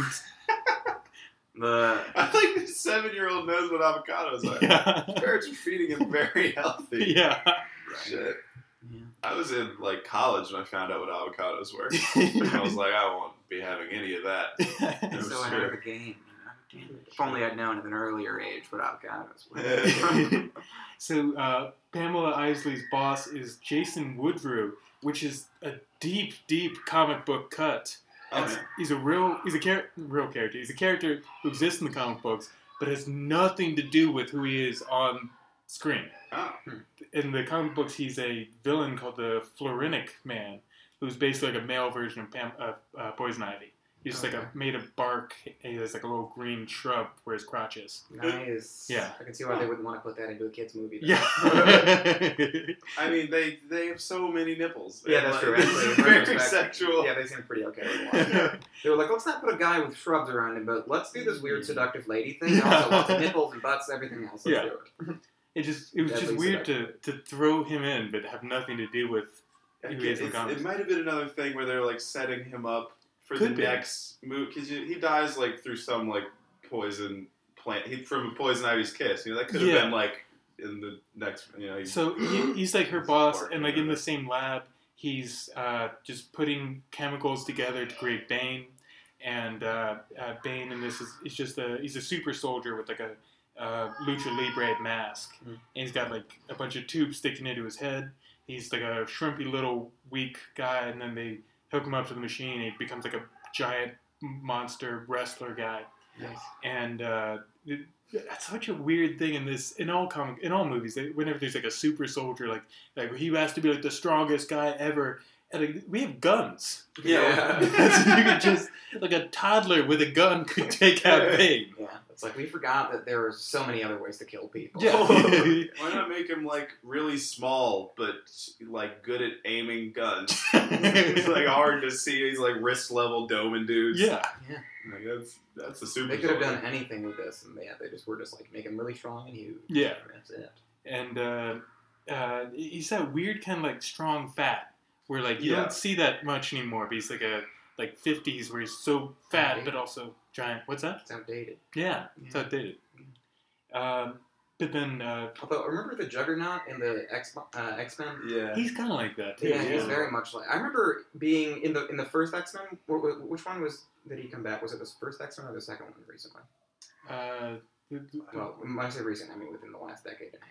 the
I think the seven-year-old knows what avocados are.
yeah.
Parents are feeding him very healthy.
yeah.
Shit.
Yeah.
I was in like college when I found out what avocados were. And I was like, I won't be having any of that.
He's so
sure.
ahead of the game. You know? Damn it. If only I'd known at an earlier age what avocados were.
Yeah.
so uh, Pamela Isley's boss is Jason Woodrue, which is a deep, deep comic book cut.
Oh,
That's- He's a real, he's a char- real character. He's a character who exists in the comic books, but has nothing to do with who he is on screen.
Oh.
in the comic books, he's a villain called the Florinic Man, who's basically like a male version of Pam, uh, uh, Poison Ivy. He's just like
Okay.
a, made of bark. and There's like a little green shrub where his crotch is.
Nice.
Yeah.
I can see why they wouldn't want to put that into a kids movie. though.
Yeah.
I mean, they they have so many nipples.
Yeah, that's true.
Like,
Actually,
It's
in
very
retrospect,
sexual.
Yeah, they seem pretty okay with one. They were like, let's not put a guy with shrubs around him, but let's do this weird seductive lady thing. and Also, lots of nipples and butts, and everything else. Let's
Yeah.
do it.
it just it was just
Deadly
weird to, to throw him in, but have nothing to do with.
I
Who
can't-
is the
it's-
comic?
it might have been another thing where they're like setting him up for
Could
the
be.
next move because he dies like through some like poison plant he, from a poison ivy's kiss. You know, that could have
Yeah.
been like in the next. You know, he-
So he, he's like her
It's
boss,
bark,
and like in
yeah.
the same lab, he's uh, just putting chemicals together to create Bane. And uh, uh, Bane in this is, is just a he's a super soldier with like a uh, lucha libre mask,
Mm.
and he's got like a bunch of tubes sticking into his head. He's like a shrimpy little weak guy, and then they hook him up to the machine. And he becomes like a giant monster wrestler guy
Nice.
and uh, it- that's such a weird thing in this in all comic in all movies. They, whenever there's like a super soldier, like like he has to be like the strongest guy ever, and like, we have guns.
Yeah.
So you could just like a toddler with a gun could take out Bane.
Yeah. It's like we forgot that there are so many other ways to kill people.
Yeah.
Why not make him like really small but like good at aiming guns? it's like hard to see. He's like wrist level doming dudes.
yeah.
Like, that's that's a super.
They could have
soldier.
done anything with this, and yeah, they just were just like make him really strong and huge.
Yeah.
That's it.
and uh, uh, he's that weird kind of like strong fat where like you
Yeah.
don't see that much anymore. But he's like a like fifties where he's so fat
Right.
but also giant. What's that?
It's outdated.
Yeah, it's
Yeah.
outdated. Um, but then uh,
Although, remember the Juggernaut in the X uh, X Men
Yeah.
he's kind of like that too.
Yeah,
Yeah.
he's very much like. I remember being in the in the first X Men. Which one was did he come back? Was it the first X Men or the second one recently?
Uh, th- th-
Well, when I say recent, I mean within the last decade and a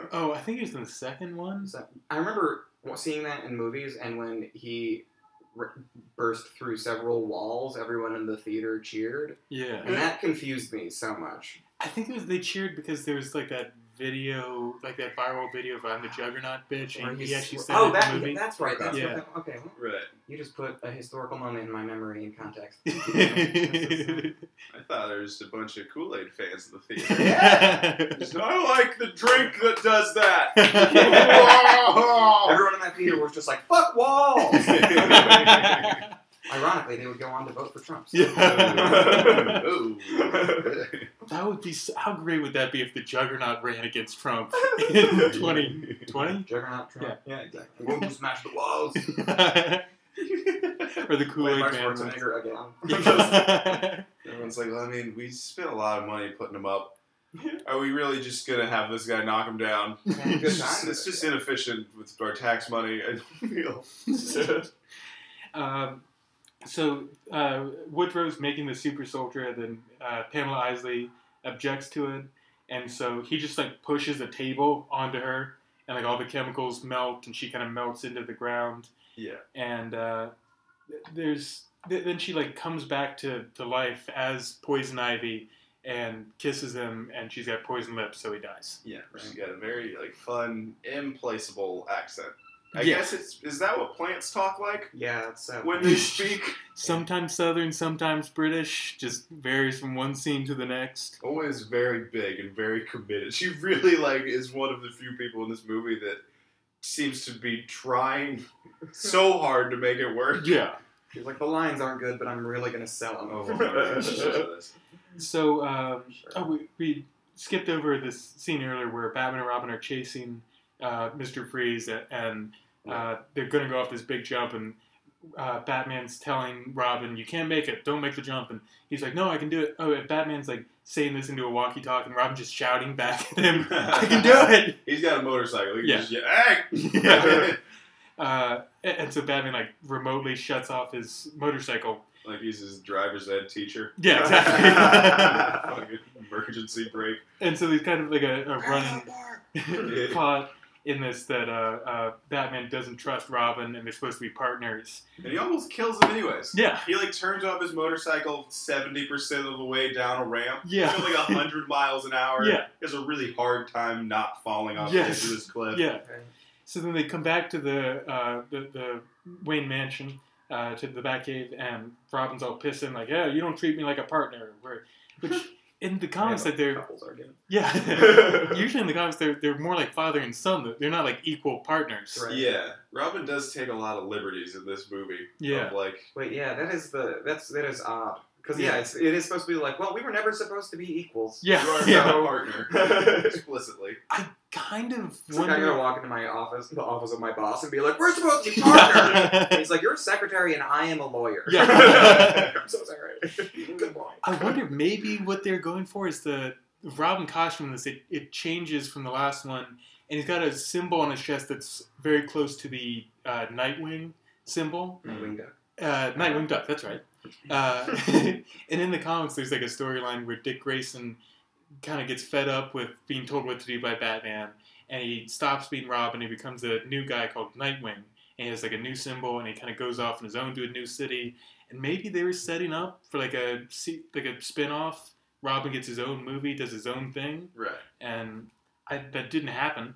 half.
oh, I think he's in the second one.
So I remember wa- seeing that in movies, and when he r- burst through several walls, everyone in the theater cheered,
Yeah,
and that confused me so much.
I think it was they cheered because there was like that video, like that viral video of "I'm the Juggernaut, bitch,"
Or
and he
he's-
actually said it
oh,
in
that,
the movie.
that's right. That's
Yeah.
what that- okay. well,
Right.
You just put a historical moment in my memory in context.
I thought there was a bunch of Kool Aid fans in the theater.
yeah.
Just, I like the drink that does that.
Everyone in that theater was just like, "Fuck walls."
yeah.
Ironically, they would go on to vote for Trump. so-
That would be s- how great would that be if the Juggernaut ran against Trump in 2020
Juggernaut Trump.
Yeah,
exactly. We'll just smash the walls.
or the Kool
Play
Aid
Mark
Man.
Schwarzenegger again.
Everyone's like, well, I mean, we spent a lot of money putting them up. Are we really just gonna have this guy knock him down?
Had a good
It's
time
just,
with
it's
it.
just inefficient with our tax money. I feel.
Um, so uh, Woodrow's making the super soldier, and then uh, Pamela Isley objects to it, and so he just like pushes a table onto her, and like all the chemicals melt, and she kind of melts into the ground,
yeah.
and uh, th- there's th- then she like comes back to to life as poison ivy and kisses him, and she's got poison lips, so he dies.
Yeah, she's got a very like fun, implaceable accent. I
Yeah.
guess it's is that what plants talk like
Yeah, that's uh,
when they speak?
Sometimes Southern, sometimes British, just varies from one scene to the next.
Owen is very big and very committed. She really like is one of the few people in this movie that seems to be trying so hard to make it work.
Yeah.
She's like, the lines aren't good, but I'm really gonna sell them.
Oh my God.
So, um,
Sure.
oh, we, we skipped over this scene earlier where Batman and Robin are chasing uh, Mr. Freeze, a- and uh, they're going to go off this big jump, and uh, Batman's telling Robin, "You can't make it. Don't make the jump." And he's like, "No, I can do it." Oh, and Batman's like saying this into a walkie-talkie, and Robin just shouting back at him, "I can do it."
He's got a motorcycle. He can
Yeah.
just yell, "Hey!"
Yeah. Uh, and and so Batman like remotely shuts off his motorcycle.
like he's his driver's ed teacher.
Yeah, exactly.
Fucking emergency brake.
and so there's kind of like a,
Oh,
a running
Yeah.
plot in this that uh, uh, Batman doesn't trust Robin and they're supposed to be partners.
And he almost kills him anyways.
Yeah,
He like turns off his motorcycle seventy percent of the way down a ramp.
Yeah.
He's going like hundred miles an hour.
Yeah.
He has a really hard time not falling off
Yes.
the edge of this cliff.
yeah. So then they come back to the uh, the, the Wayne mansion uh, to the Batcave, and Robin's all pissing like, "Yeah, you don't treat me like a partner." Where, which in the comics, like they're
Couples are good.
yeah. Usually in the comics, they're they're more like father and son. They're not like equal partners.
Right.
Yeah. Robin does take a lot of liberties in this movie.
Yeah.
Of, like
Wait, yeah, that is the that's that is odd because yeah,
Yeah.
it's, it is supposed to be like, well, we were never supposed to be equals.
you are
Yeah,
not
yeah.
a partner explicitly.
Kind of
It's like I gotta
wonder.
walk into my office, the office of my boss, and be like, we're supposed to be partners. And he's like, you're a secretary and I am a lawyer.
Yeah.
I'm so sorry. Good boy.
I wonder maybe what they're going for is the Robin costume. This it, it changes from the last one, and he's got a symbol on his chest that's very close to the uh, Nightwing symbol.
Mm.
Nightwing Duck.
Uh, Nightwing Duck, that's right. Uh, and in the comics, there's like a storyline where Dick Grayson kind of gets fed up with being told what to do by Batman, and he stops being Robin. He becomes a new guy called Nightwing, and he has like a new symbol, and he kind of goes off on his own to a new city. And maybe they were setting up for like a se- like a spin-off. Robin gets his own movie, does his own thing,
Right.
and I, that didn't happen.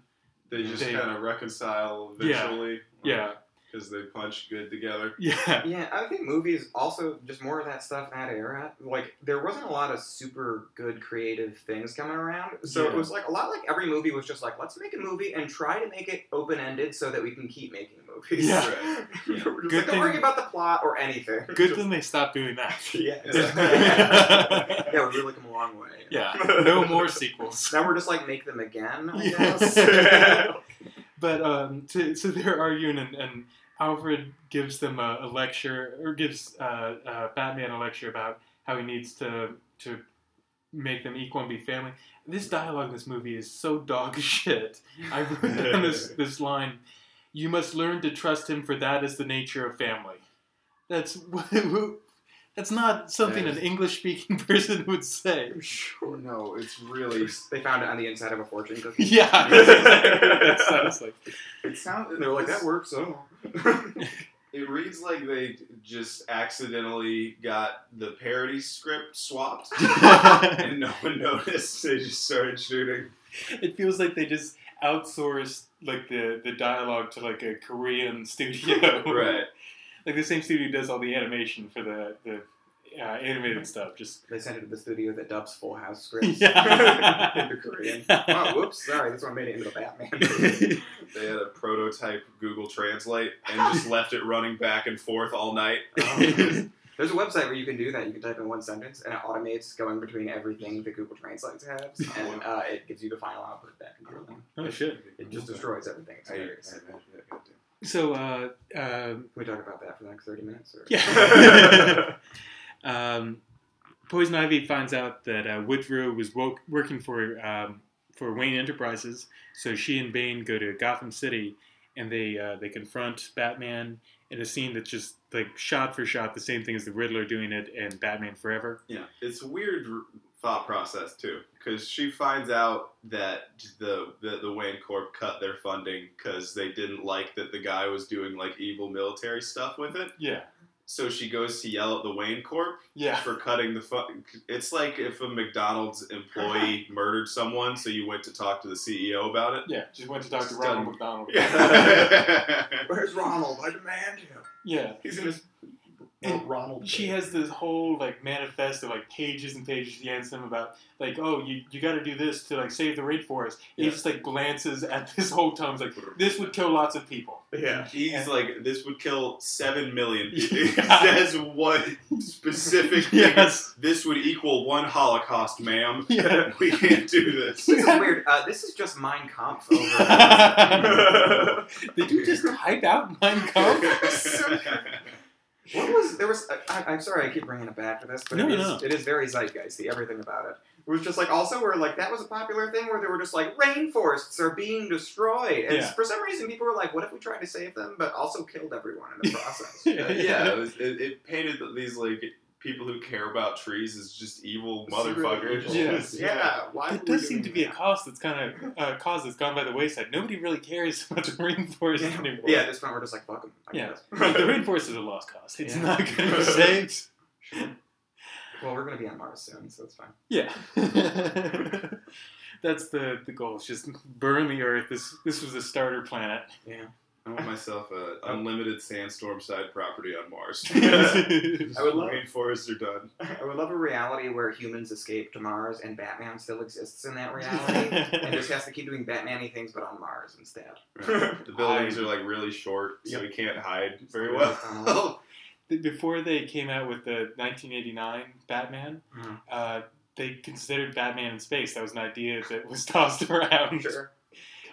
They just
They-
kind of reconcile
Yeah.
eventually.
Yeah,
Because they punch good together.
yeah,
Yeah, I think movies also just more of that stuff in that era. Like there wasn't a lot of super good creative things coming around, so it
Yeah.
was like a lot like every movie was just like let's make a movie and try to make it open ended so that we can keep making movies.
Yeah.
Right.
We're just
Good
like, don't
thing-
worry about the plot or anything.
good thing they stopped doing that.
yeah,
Yeah.
yeah, we've really come a long way.
Yeah, no more sequels.
Now we're just like make them again. I
Yeah.
guess.
But um, to, so they're arguing, and, and Alfred gives them a, a lecture, or gives uh, uh, Batman a lecture about how he needs to to make them equal and be family. This dialogue in this movie is so dog shit. I wrote down this this line: "You must learn to trust him, for that is the nature of family." That's what. That's not something an English speaking person would say.
sure.
No, it's really
They found it on the inside of a fortune cookie.
Yeah, uh, that's exactly what that sounds like.
it sounds
And they were like, that works. Oh.
It reads like they just accidentally got the parody script swapped and no one noticed. They just started shooting.
It feels like they just outsourced like the, the dialogue to like a Korean studio.
Right.
Like the same studio does all the animation for the, the uh, animated stuff. Just
They sent it to the studio that dubs Full House scripts
Yeah.
into Korean. Oh, whoops! Sorry, that's what made it into the Batman.
yeah,
They had a prototype Google Translate and just left it running back and forth all night.
Um, there's a website where you can do that. You can type in one sentence, and it automates going between everything that Google Translate tabs, and uh, it gives you the final output back into your link.
oh shit.
It just destroys everything. It's
I- I-
hilarious. Can
So uh, um
we talk about that for the next thirty minutes? Or?
yeah. um, Poison Ivy finds out that uh, Woodrow was wo- working for um, for Wayne Enterprises, so she and Bane go to Gotham City, and they uh, they confront Batman in a scene that's just like shot for shot the same thing as the Riddler doing it and Batman Forever.
Yeah, it's a weird r- thought process too, because she finds out that the, the the Wayne Corp cut their funding because they didn't like that the guy was doing like evil military stuff with it.
Yeah,
So she goes to yell at the Wayne Corp
yeah,
for cutting the fun. It's like if a McDonald's employee murdered someone, so you went to talk to the CEO about it.
yeah. Just went to
Dr. Ronald
McDonald.
Where's Ronald? I demand him.
yeah.
He's in his
And
Ronald.
She has this whole like manifesto, like pages and pages she hands him about like, oh, you, you got to do this to like save the rainforest. And He
Yeah.
just like glances at this whole time, he's like, this would kill lots of people.
Yeah.
He's like, this would kill seven million. people. He
Yeah.
says one specific thing.
Yes.
This would equal one Holocaust, ma'am.
Yeah.
We can't do this.
This is weird. Uh, this is just Mein Kampf over.
Did you just type out Mein Kampf?
What was there was? I, I'm sorry, I keep bringing it back to this, but
No,
it is
no.
it is very zeitgeisty. Everything about it. It was just like also where like that was a popular thing where they were just like rainforests are being destroyed, and
Yeah.
for some reason people were like, what if we tried to save them but also killed everyone in the process?
yeah, it, was, it, it painted these like people who care about trees as just evil motherfuckers.
evil. Yes.
Yeah. Why?
That
were we
does seem
doing
to be a
that?
cost that's kind of uh, cause that's gone by the wayside. Nobody really cares about the rainforest
Yeah.
anymore.
Yeah, at this point we're just like fuck them. I
Yeah.
guess.
Like, the rainforest is a lost cause. It's
Yeah.
not going to be saved.
Well, we're gonna be on Mars soon, so it's fine.
Yeah. That's the, the goal. It's just burn the Earth. This this was a starter planet.
I want myself a unlimited sandstorm side property on Mars.
I would love.
Rainforests are done.
I would love a reality where humans escape to Mars and Batman still exists in that reality. and just has to keep doing Batman-y things, but on Mars instead.
The buildings are like really short, so we can't hide very
Uh-huh.
well.
Before they came out with the 1989 Batman,
Mhm.
uh, they considered Batman in space. That was an idea that was tossed around.
Sure.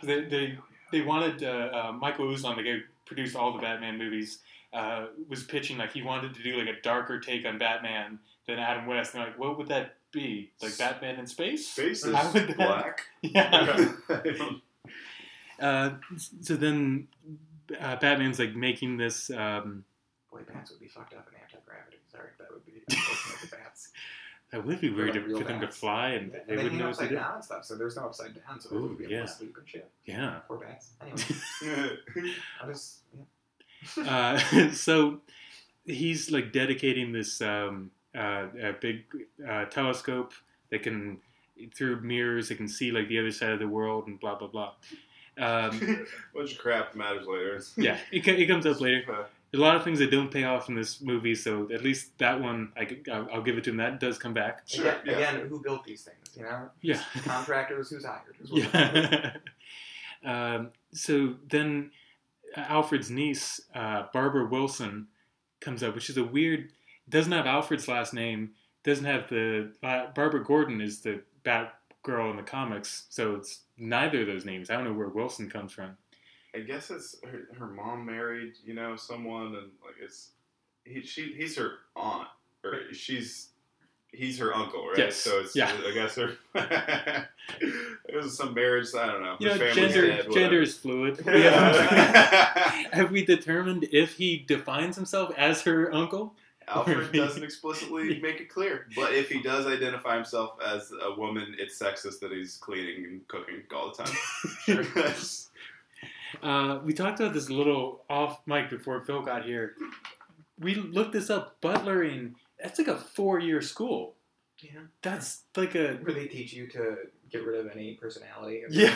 They they, they wanted uh, uh, Michael Uslan, the guy who produced all the Batman movies, uh, was pitching like he wanted to do like a darker take on Batman than Adam West. And like, what would that be? Like Batman in space?
Space is
How would that-
black.
Yeah. Uh, so then uh, Batman's like making this. Um,
Boy, bats would be fucked up in anti-gravity. Sorry, that would be the bats.
that would be weird
like
for
real
them to
bats.
fly and
And
they
they
wouldn't
hang
know what to
upside
do.
down and stuff, so there's no upside down, so they
Ooh,
wouldn't be able
yeah.
to sleep and shit.
Yeah.
Poor bats. Anyway, I just yeah.
Uh, so he's like dedicating this um, uh, a big uh, telescope that can, through mirrors, it can see like the other side of the world and blah blah blah. Um,
Bunch of crap matters later.
yeah, it, co- it comes up later.
Uh,
a lot of things that don't pay off in this movie, so at least that one, I, g- I'll I'll give it to him. That does come back.
Sure,
again,
yeah.
again, who built these things? You know,
Yeah.
contractors, who's hired? Who's working?
Yeah. um, so then uh, Alfred's niece, uh, Barbara Wilson, comes up, which is a weird, doesn't have Alfred's last name, doesn't have the, uh, Barbara Gordon is the Batgirl in the comics, so it's neither of those names. I don't know where Wilson comes from.
I guess it's her, her mom married, you know, someone, and like it's he, she, he's her aunt, or she's he's her uncle, right?
Yes.
So it's
Yeah.
I guess her. it was some marriage. I don't know.
You
her
know,
family's
gender,
dead,
gender is fluid.
whatever.
We haven't- have we determined if he defines himself as her uncle?
Alfred doesn't explicitly make it clear, but if he does identify himself as a woman, it's sexist that he's cleaning and cooking all the time.
Uh, we talked about this a little off mic before Phil got here. We looked this up. Butlering, that's like a four year school.
Yeah.
That's like a.
Where they teach you to get rid of any personality. of
Yeah.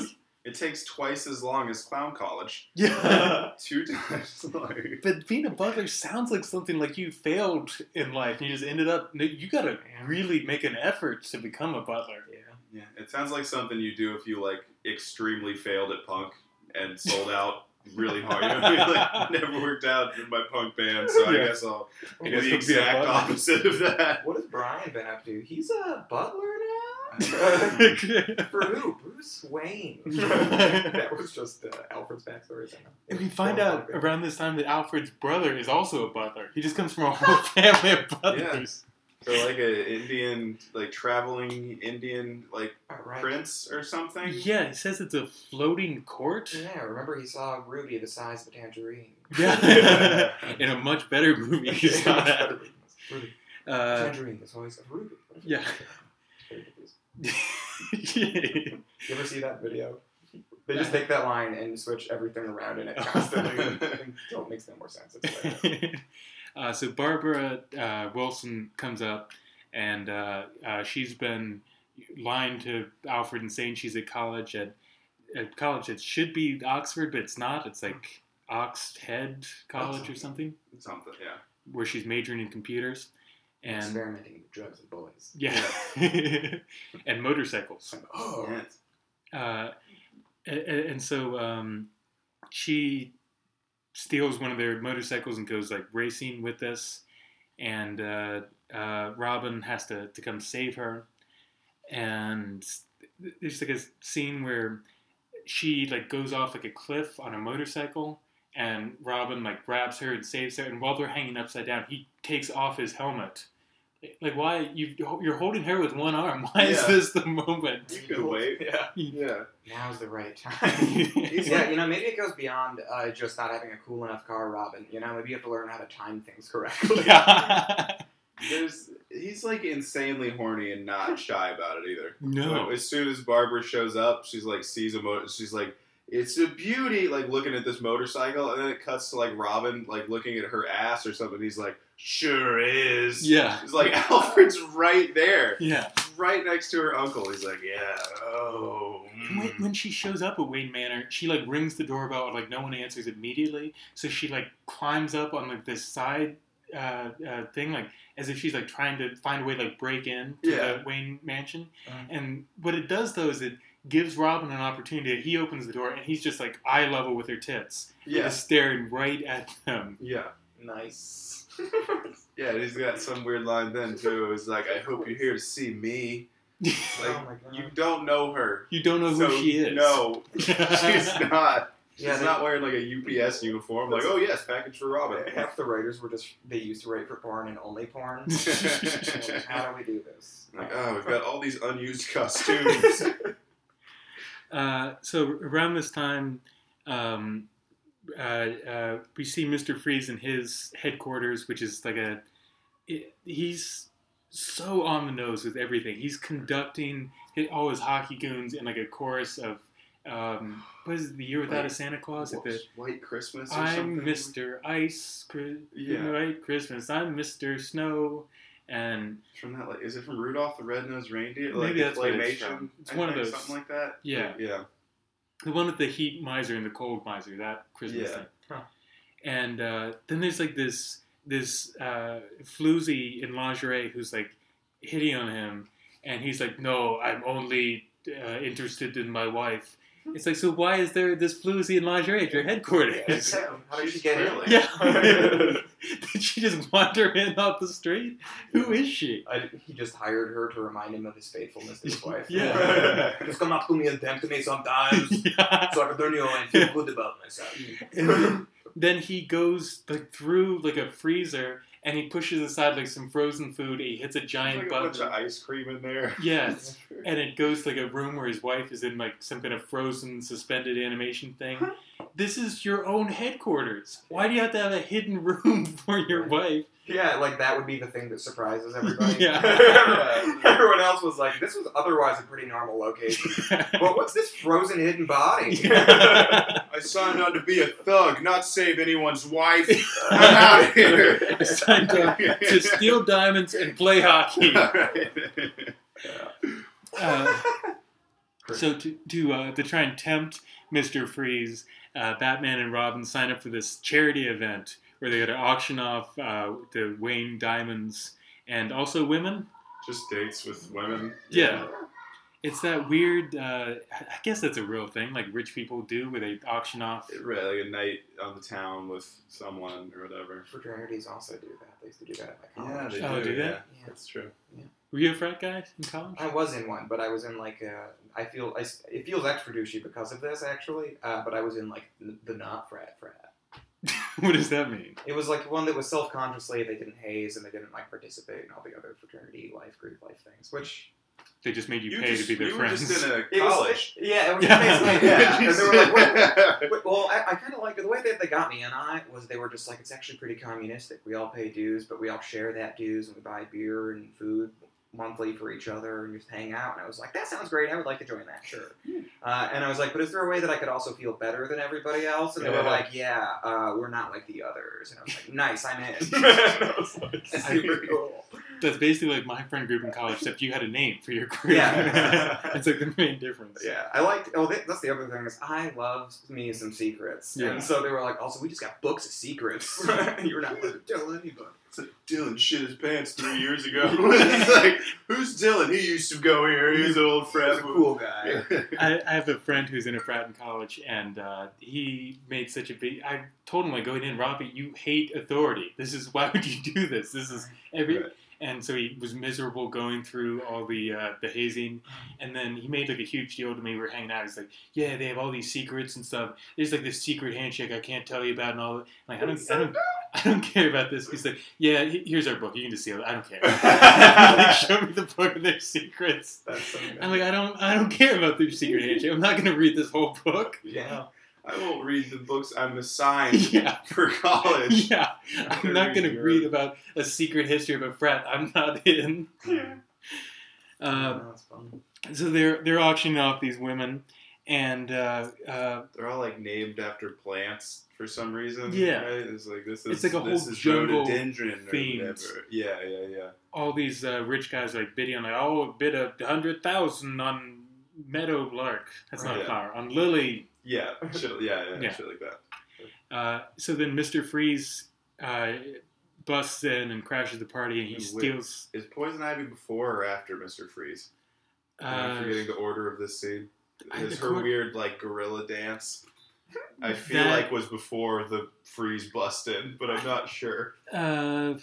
Just- it takes twice as long as clown college.
Yeah.
Two times longer.
but being a butler sounds like something like you failed in life and you just ended up. no, You gotta really make an effort to become a butler.
yeah.
Yeah, it sounds like something you do if you like extremely failed at punk and sold out really hard. You know, you're like, never worked out in my punk band, so
Yeah.
I guess I'll
I
be
guess I'll be
the
a
exact
butler.
opposite of that.
What has Brian been up to? He's a butler now.
I
For who? Bruce Wayne. that was just uh, Alfred's backstory. uh, isn't it?
and we find
From
out
Alfred.
around this time that Alfred's brother is also a butler. He just comes from a whole family of butlers.
So like a Indian, like traveling Indian, like
All right.
prince or something.
Yeah, it says it's a floating court.
Yeah, remember he saw Ruby the size of a tangerine.
Yeah. In a much better movie. you saw that.
Ruby.
Uh,
tangerine the size of Ruby. What is it?
yeah.
You ever see that video? They just take that line and switch everything around in it constantly until it makes no more sense. It's hilarious.
uh, so Barbara uh, Wilson comes up, and uh, uh, she's been lying to Alfred and saying she's at college at at college that should be Oxford, but it's not. It's like Oxhead College or something,
Something. Yeah.
where she's majoring in computers and
experimenting with drugs and boys.
yeah, and motorcycles.
Oh,
Yeah.
uh, and, and so um, she steals one of their motorcycles and goes like racing with us and uh, uh, robin has to, to come save her and there's like a scene where she like goes off like a cliff on a motorcycle and robin like grabs her and saves her and while they're hanging upside down he takes off his helmet like why you you're holding her with one arm why is
Yeah.
this the moment
You could wait.
Yeah.
Yeah.
Now's the right time. yeah, you know, maybe it goes beyond uh, just not having a cool enough car, Robin. You know, maybe you have to learn how to time things correctly.
yeah.
There's. He's like insanely horny and not shy about it either. So
No.
as soon as Barbara shows up, she's like sees a motor. She's like, "It's a beauty!" Like looking at this motorcycle, and then it cuts to like Robin like looking at her ass or something. He's like, "Sure is."
Yeah.
He's like, Alfred's right there,
Yeah.
right next to her uncle. He's like, "Yeah." Oh.
When,
mm."
when she shows up at Wayne Manor, she like rings the doorbell, and, like no one answers immediately. So she like climbs up on like this side uh, uh, thing, like as if she's like trying to find a way to like break in to
Yeah.
the Wayne mansion.
Mhm.
And what it does though is it gives Robin an opportunity. He opens the door and he's just like eye level with her tits,
Yeah.
just staring right at them.
Yeah.
Nice.
Yeah. And he's got some weird line then too. It's like, "I hope you're here to see me." Like
oh my god.
you don't know her.
You don't know who
so
she is.
No, she's not. She's
yeah, they-
not wearing like a UPS uniform. Like, oh yes, package for Robin.
half the writers were just they used to write for porn and only porn. Like, how do we do this?
like, oh, we've got all these unused costumes.
Uh, so around this time, um, uh, uh, we see Mr. Freeze in his headquarters, which is like a. It, he's so on the nose with everything. He's conducting hi- all his hockey goons in like a chorus of. Um, what is it, the year without a Santa Claus? At the,
White Christmas. Or
I'm
something?
Mr. Ice, Chri-
Yeah.
right? Christmas. I'm Mr. Snow, and
From that, like, is it from Rudolph the Red-Nosed Reindeer? Like,
Maybe that's what it's
claymation,
from. It's
I
one of
think,
those.
Something like that.
yeah.
Yeah.
The one with the heat miser and the cold miser, that Christmas
Yeah.
thing.
Huh.
And uh, then there's like this this uh, floozy in lingerie who's like hitting on him, and he's like, "No, I'm only uh, interested in my wife." It's like, so why is there this floozy in lingerie at your headquarters?
So, how did
She's
she get in?
clearly-
Yeah. Did she just wander in off the street? Who is she?
I, he just hired her to remind him of his faithfulness to his wife.
Yeah.
Just come up to me and tempt me sometimes,
Yeah.
so I can turn you on and feel good about myself.
And then, then he goes like through like a freezer and he pushes aside like some frozen food. He hits a
There's,
giant
like a bunch
button.
of ice cream in there.
yeah, and it goes to, like a room where his wife is in like some kind of frozen suspended animation thing. This is your own headquarters. Why do you have to have a hidden room for your wife?
Yeah, like that would be the thing that surprises everybody.
Yeah.
Everyone else was like, this was otherwise a pretty normal location. but what's this frozen hidden body?
I
I signed on to be a thug, not save anyone's wife. I'm out of here.
signed up to steal diamonds and play hockey. Uh, so to to uh, to try and tempt Mister Freeze, uh, Batman and Robin sign up for this charity event where they got to auction off uh, the Wayne diamonds and also women.
Just dates with women.
Yeah. It's that weird. Uh, I guess that's a real thing, like rich people do, where they auction off.
Right, like a night on the town with someone or whatever.
Fraternities also do that. They used to do that at my
Yeah,
college.
they
Oh,
do.
do they?
yeah.
Yeah.
That's true.
Were you a frat guy in
Uh,
college?
I was in one, but I was in like a. I feel I, s- it feels extra douchey because of this actually, uh, but I was in like the not frat frat.
what does that mean?
It was like one that was self-consciously they didn't haze and they didn't like participate in all the other fraternity life, group life things. Which
They just made you,
You
pay
just-
to be their
you
friends.
were just in a
it
college.
was, yeah, it was
Yeah.
basically yeah. And they were like, "What-
yeah.
Wait, well, I, I kind of like the way that they got me in on it was they were just like, it's actually pretty communistic. We all pay dues, but we all share that dues and we buy beer and food monthly for each other and just hang out. And I was like, that sounds great. I would like to join that, sure. Uh, and I was like, but is there a way that I could also feel better than everybody else? And they were
Yeah.
like, yeah, uh, we're not like the others. And I was like, nice, I'm in.
I was like,
Super cool.
That's basically like my friend group in college, except you had a name for your group.
Yeah.
That's like the main difference.
Yeah, I liked. Oh, that, that's the other thing is I love me some secrets,
Yeah.
and so they were like, also we just got books of secrets. You're not allowed to tell anybody.
It's like, Dylan shit his pants three years ago. it's like, who's Dylan? He used to go here. He's an old
He's
friend.
a cool guy.
I, I have a friend who's in a frat in college, and uh, he made such a big. I told him like going in, Robbie, you hate authority. This is why would you do this? This is every.
Right.
And so he was miserable going through all the uh, the hazing, and then he made like a huge deal to me. We were hanging out. He's like, "Yeah, they have all these secrets and stuff. There's like this secret handshake I can't tell you about and all that." I'm like, I don't, I don't, I don't care about this. He's like, "Yeah, he- here's our book. You can just seal it. I don't care." Like, Show me the book of their secrets.
That's so good.
I'm like, I don't, I don't care about their secret handshake. I'm not gonna read this whole book.
yeah.
I won't read the books I'm assigned
Yeah,
for college.
yeah. I'm not gonna read about a secret history of a frat I'm not in. Uh,
that's fun.
so they're they're auctioning off these women, and uh, uh,
They're all like named after plants for some reason.
Yeah.
right? it's like this is
It's like a
this
whole
is
jungle
rhododendron
themed.
or whatever. Yeah, yeah, yeah.
all these uh, rich guys are like bidding on like, oh, bid a hundred thousand on meadow lark. That's not a
Yeah.
flower. On lily
Yeah, shit, yeah, yeah,
Yeah.
shit like that.
Uh, so then Mr. Freeze uh, busts in and crashes the party, and he
And
steals.
Is Poison Ivy before or after Mr. Freeze? I'm
Uh,
forgetting the order of this scene.
I-
Is
the
her
cor-
weird like gorilla dance? I feel
That-
like was before the freeze bust in, but I'm not sure.
uh,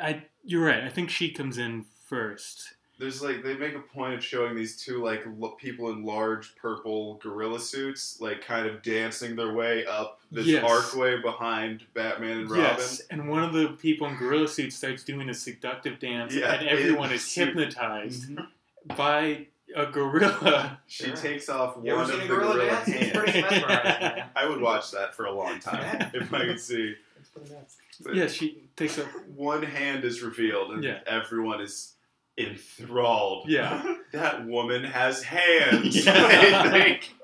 I you're right. I think she comes in first.
There's like they make a point of showing these two like l- people in large purple gorilla suits, like kind of dancing their way up this
Yes.
archway behind Batman and Robin.
Yes, and one of the people in gorilla suits starts doing a seductive dance,
Yeah,
and everyone
in
is
suit. Mm-hmm.
hypnotized by a gorilla.
She
Yeah.
takes off
You
one
ever
of
seen
the
a gorilla,
gorilla
dance? It's
hands.
pretty mesmerizing, man.
I would watch that for a long time if I could see.
It's pretty nuts.
Yeah, she takes a
one hand is revealed and
Yeah.
everyone is enthralled.
Yeah.
that woman has hands.
Yeah.
they think.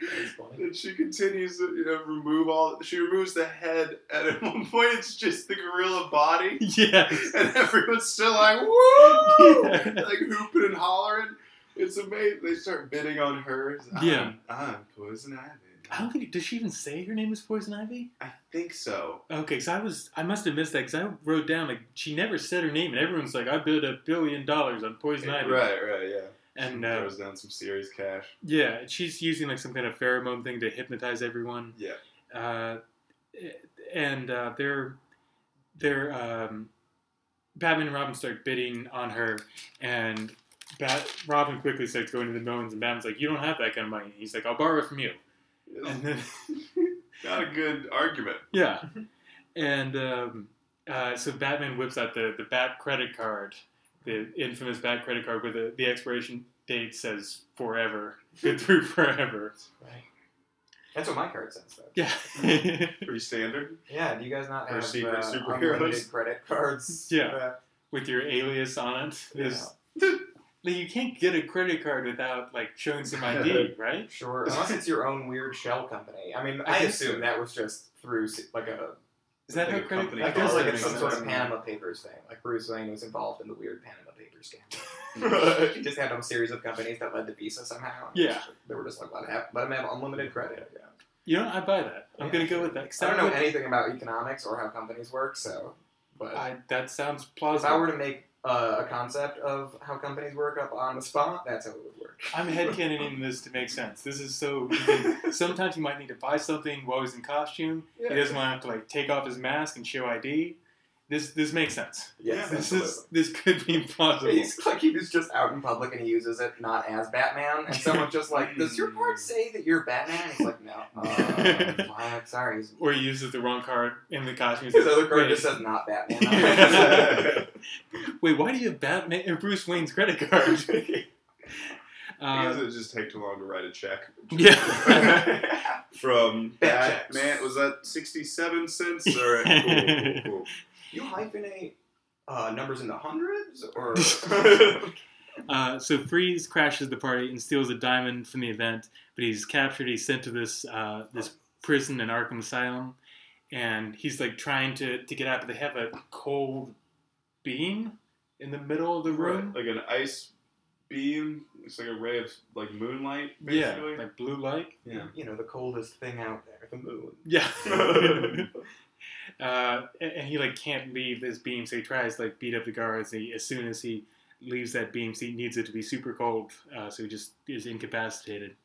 It's funny.
And she continues to you know, remove all. She removes the head, and at one point it's just the gorilla body,
yeah.
and everyone's still like woo,
Yeah.
like hooping and hollering. It's amazing. They start bidding on her. It's, I'm,
Yeah. Oh.
I'm poison
I
ivy.
don't think does she even say her name is Poison Ivy?
I think so.
Okay, so I was I must have missed that because I wrote down like she never said her name, and everyone's like, "I bid a billion dollars on Poison
right,
Ivy,"
right, yeah.
and
She
uh,
throws down some serious cash.
yeah, she's using like some kind of pheromone thing to hypnotize everyone.
Yeah.
Uh, and uh, they're they're um, Batman and Robin start bidding on her, and Bat Robin quickly starts going to the millions, and Batman's like, "You don't have that kind of money." He's like, "I'll borrow it from you,"
Oh.
and then.
Not a good argument.
Yeah. And um, uh, so Batman whips out the, the Bat credit card, the infamous Bat credit card where the, the expiration date says forever, good through forever.
Right. That's what my card says, though.
Yeah.
Pretty standard.
Yeah, do you guys not
Or
have
secret
uh,
superheroes.
unlimited credit cards?
Yeah.
Uh,
With your alias on it. There's-
Yeah.
Like, you can't get a credit card without like showing some ID, right?
sure. Unless it's your own weird shell company. I mean,
I
I,
think
assume
so.
that was just through s- like a.
Is that
Like
how
a
credit
company
I
card
feel
card.
like
that
it's
makes
some sort of
sense.
Panama Papers thing. Like Bruce Wayne was involved in the weird Panama Papers scandal. he just had a series of companies that led to Visa somehow. and
Yeah.
They were just like, let, have, let him have unlimited credit. Yeah.
You know, I buy that. I'm
Yeah,
gonna go
sure.
with that. 'Cause
I don't know
would-
anything about economics or how companies work, so. But
I- that sounds
if I
plausible.
were to make uh, a concept of how companies work up on the spot, that's how it would work.
I'm headcanoning this to make sense. This is so. you can- sometimes you might need to buy something while he's in costume. He doesn't want to have to like take off his mask and show ID. This this makes sense.
Yes,
Yeah.
This is this could be impossible.
He's like he was just out in public and he uses it not as Batman, and someone's just like, "Does your card say that you're Batman?" And he's like, "No, uh, I'm sorry." He's,
Or he uses the wrong card in the costume.
his other card
Wait.
just says "Not Batman."
Wait, why do you have Batman or Bruce Wayne's credit card? Uh,
I guess
Um,
it just take too long to write a check.
yeah.
From
Bad checks.
Batman, was that 67 cents? All right, cool, cool,
you hyphenate uh, numbers in the hundreds, or
cool.
Uh, so Freeze crashes the party and steals a diamond from the event, but he's captured. He's sent to this uh, this prison in Arkham Asylum, and he's like trying to to get out, but they have a cold beam in the middle of the room.
Like an ice beam. It's like a ray of like moonlight,
yeah,
basically.
like blue light.
yeah.
you know, the coldest thing out there, the moon.
Yeah. uh, and, and he like can't leave his beam, so he tries to like beat up the guards. He, as soon as he leaves that beam, he needs it to be super cold, uh, so he just is incapacitated.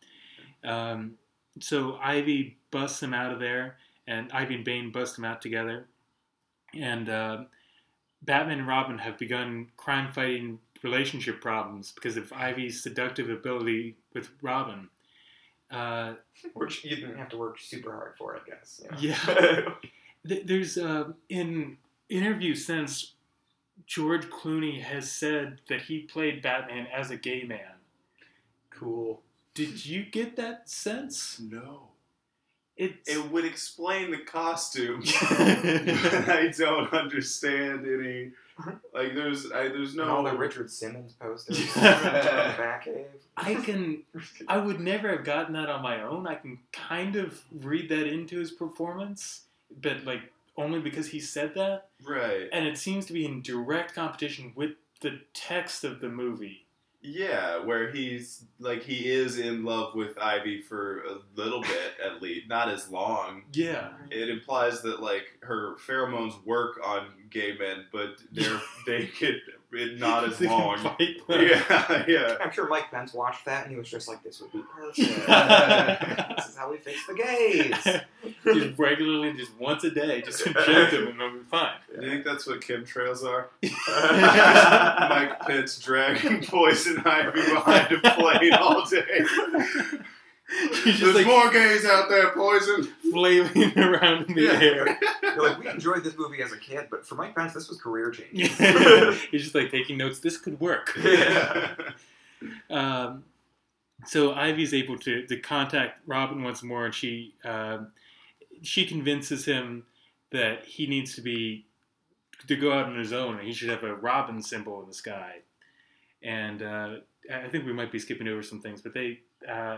Um, so Ivy busts him out of there, and Ivy and Bane bust him out together. And uh, Batman and Robin have begun crime-fighting relationship problems because of Ivy's seductive ability with Robin. Uh,
Which you didn't have to work super hard for, I guess. you know.
yeah. Th- there's uh, in interview since George Clooney has said that he played Batman as a gay man.
Cool.
Did you get that sense?
no.
It's
It would explain the costume. I don't understand any. Like there's, I, there's
And all
no.
the Richard Simmons posters.
Yeah.
Batcave.
I can I would never have gotten that on my own. I can kind of read that into his performance, but like only because he said that,
Right.
and it seems to be in direct competition with the text of the movie.
Yeah, where he's like he is in love with Ivy for a little bit at least, not as long.
Yeah.
It implies that like her pheromones work on gay men, but they're they get it not as
They can
long.
fight them.
Yeah, yeah.
I'm sure Mike Pence watched that and he was just like, "This would be perfect.
Yeah.
this is how we fix the gays."
just regularly, just once a day, just inject them and they'll be fine.
Do you think that's what chemtrails are?
Yeah.
Mike Pitts dragging poison ivy behind a plane all day.
just
There's
like-
more gays out there, poison.
Flailing around in the
Yeah.
air.
You're like, we enjoyed this movie as a kid, but for Mike Pence, this was career changing.
He's just like taking notes. This could work.
Yeah.
Um, so Ivy's able to, to contact Robin once more, and she um she convinces him that he needs to be to go out on his own, and he should have a Robin symbol in the sky. And uh, I I think we might be skipping over some things, but they uh,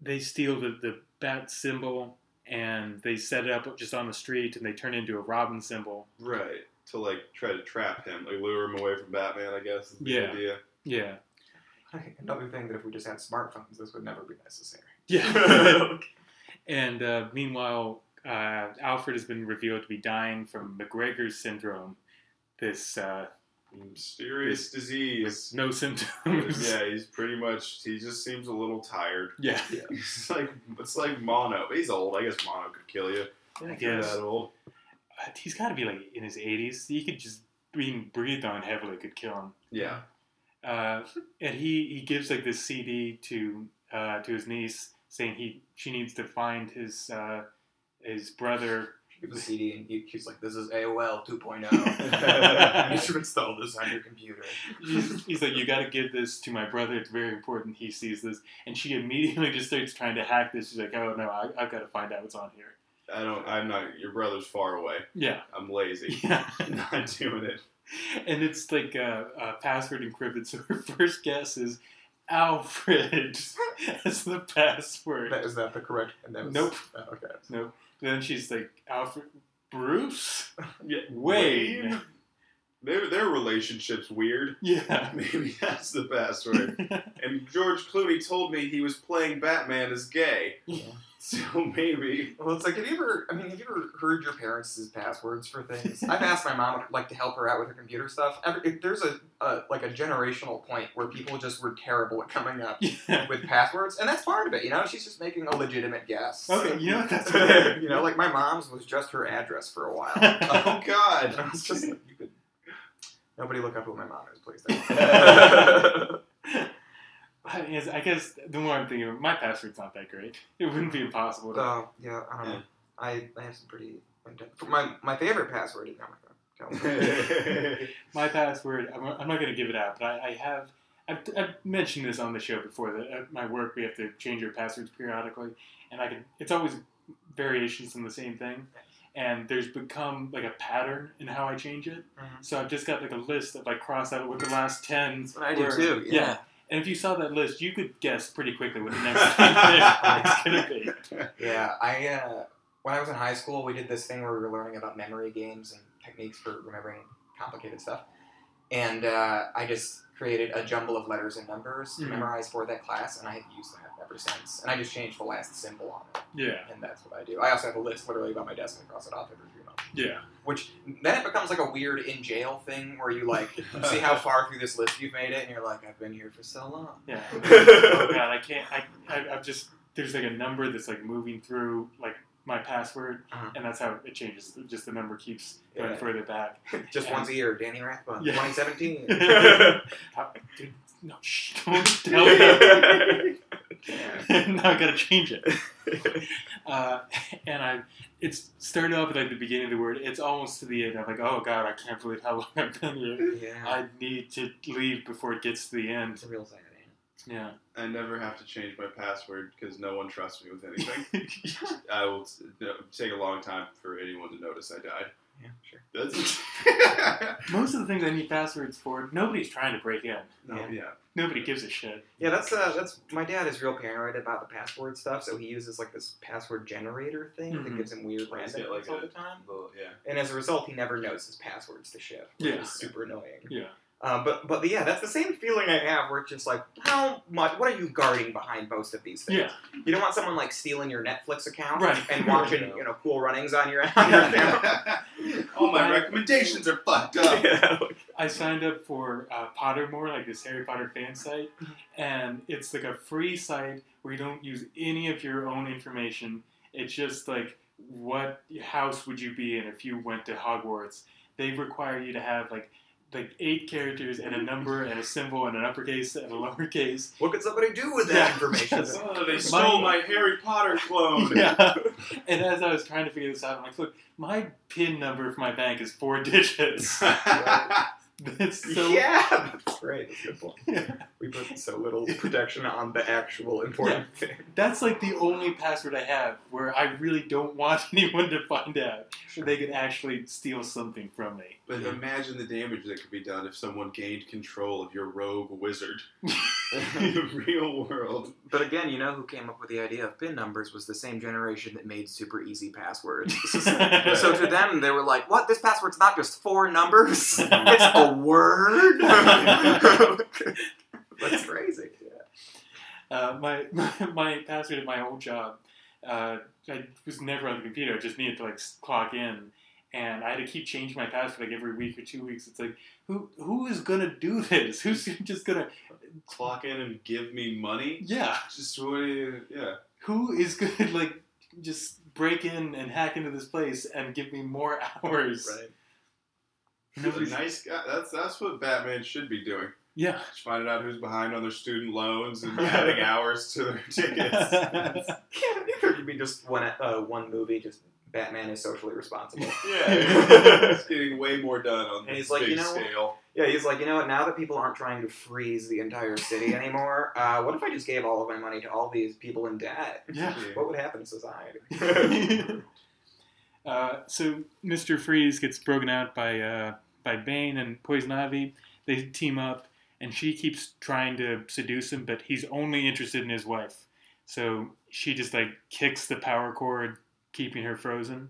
they steal the, the bat symbol and they set it up just on the street, and they turn it into a Robin symbol.
Right. To like try to trap him, like lure him away from Batman, I guess is the
Yeah.
idea.
Yeah,
Another thing that if we just had smartphones, this would never be necessary.
yeah. And uh, meanwhile, uh, Alfred has been revealed to be dying from McGregor's syndrome. This uh,
Mysterious
with
disease.
no symptoms.
yeah, he's pretty much he just seems a little tired.
yeah.
It's like it's like mono. He's old. I guess mono could kill you.
I
You're
guess
that old.
Uh, he's got to be like in his 80s. He could just being breathed on heavily could kill him.
Yeah.
Uh, and he, he gives like this CD to uh, to his niece, saying he she needs to find his uh, his brother.
Give the CD and he, he's like, "This is AOL 2.0. oh." you should install this on your computer."
He's, he's like, you got to give this to my brother. It's very important. He sees this, and she immediately just starts trying to hack this. She's like, oh no, I, I've got to find out what's on here.
I don't. I'm not. Your brother's far away.
Yeah,
I'm lazy.
yeah.
not doing it.
And it's like uh, uh, password encrypted. So her first guess is Alfred as the password.
That, is that the correct? And that was,
Nope.
Oh, okay.
No. Then she's like, Alfred Bruce. Wayne.
Their, their relationship's weird.
Yeah.
Maybe that's the password. and George Clooney told me he was playing Batman as gay. So maybe.
Well, it's like, have you ever? I mean, have you ever heard your parents' passwords for things? I've asked my mom like to help her out with her computer stuff. Every, if there's a, a like a generational point where people just were terrible at coming up
yeah.
with passwords, and that's part of it. You know, she's just making a legitimate guess.
Okay, you know what? That's fair.
you know, like my mom's was just her address for a while.
Uh-huh.
Oh,
And I
God.
was just like, you could. Nobody look up who my mom is, please.
I, guess, I guess the more I'm thinking, of it, my password's not that great. It wouldn't be impossible.
Uh.
To,
so Oh, yeah, I don't know. I, I have some pretty. for My my favorite password is now my phone.
my password, I'm, I'm not going to give it out, but I, I have. I've, I've mentioned this on the show before. That at my work, we have to change our passwords periodically, and I can. It's always variations on the same thing, and there's become like a pattern in how I change it.
Mhm.
So I've just got like a list of like cross out with the last
Mm-hmm.
ten.
That's what I do
where-
too.
yeah.
Yeah.
And if you saw that list, you could guess pretty quickly what the next thing is going to be.
Yeah, I uh, when I was in high school, we did this thing where we were learning about memory games and techniques for remembering complicated stuff. And uh, I just created a jumble of letters and numbers
Mhm.
to memorize for that class, and I have used that ever since. And I just changed the last symbol on it,
Yeah,
and that's what I do. I also have a list literally by my desk and cross it off every few months.
yeah,
Which then it becomes like a weird in jail thing where you like see how far through this list you've made it, and you're like, I've been here for so long.
yeah. oh god, I can't. I, I I've just there's like a number that's like moving through like my password,
Uh-huh.
and that's how it changes. Just the number keeps going
Yeah.
further back.
Just
Yeah.
once a year, Danny Rathbun,
Yeah.
2017.
How- dude, no, shh, don't tell me. now I gotta change it. Uh, and I, it's started off at like the beginning of the word. It's almost to the end. I'm like, oh god, I can't believe how long I've been here.
yeah.
I need to leave before it gets to the end.
It's a real sad
Yeah.
I never have to change my password because no one trusts me with anything. I will t- no, take a long time for anyone to notice I died.
Yeah, sure.
That's
Most of the things I need passwords for, nobody's trying to break in.
no, yeah.
Nobody gives a shit.
Yeah, that's uh, that's my dad is real paranoid about the password stuff, so he uses like this password generator thing
Mhm.
that gives him weird
Is
random
it like
ones all
a-
the time.
Well, yeah.
And as a result, he never knows his passwords to shit. which
Yeah.
is super annoying.
Yeah.
Um, but but yeah, that's the same feeling I have where it's just like, how much? What are you guarding behind most of these things?
Yeah.
You don't want someone like stealing your Netflix account
Right.
and watching
No.
you know cool runnings on your on your account.
All my recommendations are fucked up.
I signed up for uh, Pottermore, like this Harry Potter fan site, and it's like a free site where you don't use any of your own information. It's just like what house would you be in if you went to Hogwarts? They require you to have like like eight characters and a number and a symbol and an uppercase and a lowercase.
What could somebody do with that
Yeah.
information?
Oh, they stole my Harry Potter clone.
Yeah. And as I was trying to figure this out, I'm like, look, my PIN number for my bank is four digits. That's so
yeah, that's right. That's a good point. We put so little protection on the actual important thing.
That's like the only password I have where I really don't want anyone to find out.
Sure.
They could actually steal something from me.
but imagine the damage that could be done if someone gained control of your rogue wizard in the real world.
But again, you know who came up with the idea of pin numbers was the same generation that made super easy passwords. so to them, they were like, "What? This password's not just four numbers; it's a word."
That's crazy.
uh, my, my my password at my old job, uh, I was never on the computer. I just needed to like s- clock in, and I had to keep changing my password like every week or two weeks. It's like who who is gonna do this? Who's just gonna
Clock in and give me money?
yeah?
Just what do you- yeah.
Who is gonna like just break in and hack into this place and give me more hours?
He's a
Nobody's-
nice guy. That's that's what Batman should be doing.
Yeah.
Just finding out who's behind on their student loans and adding hours to their tickets.
Yeah, it could be just one uh, one movie. Just Batman is socially responsible.
yeah, it's getting way more done on
And he's
this
like,
big
you know-
scale.
yeah, he's like, you know what? Now that people aren't trying to freeze the entire city anymore, uh, what if I just gave all of my money to all these people in debt?
yeah.
What would happen to society?
uh, so Mr. Freeze gets broken out by uh, by Bane and Poison Ivy. They team up, and she keeps trying to seduce him, but he's only interested in his wife. So she just like kicks the power cord, keeping her frozen,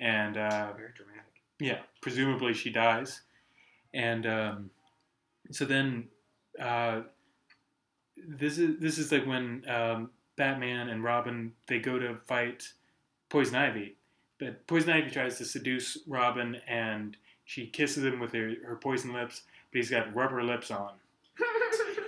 and uh,
Very dramatic.
yeah, presumably she dies. and um, so then uh, this is this is like when um, Batman and Robin they go to fight Poison Ivy, but Poison Ivy tries to seduce Robin and she kisses him with her, her poison lips, but he's got rubber lips on.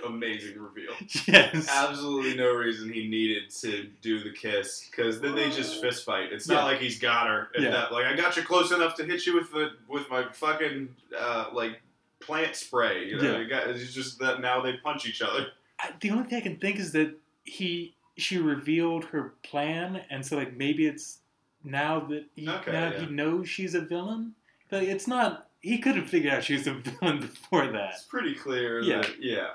Amazing reveal.
Yes.
Absolutely no reason he needed to do the kiss because then they just fist fight. It's not
Uh, Yeah.
like he's got her. At
Yeah.
that, like I got you close enough to hit you with the with my fucking uh, like plant spray. You know,
Yeah.
You got- it's just that now they punch each other.
I, the only thing I can think is that he she revealed her plan, and so like maybe it's now that he
Okay,
now
yeah.
he knows she's a villain. Like it's not he could have figured out she was a villain before that.
It's pretty clear.
Yeah.
That, yeah.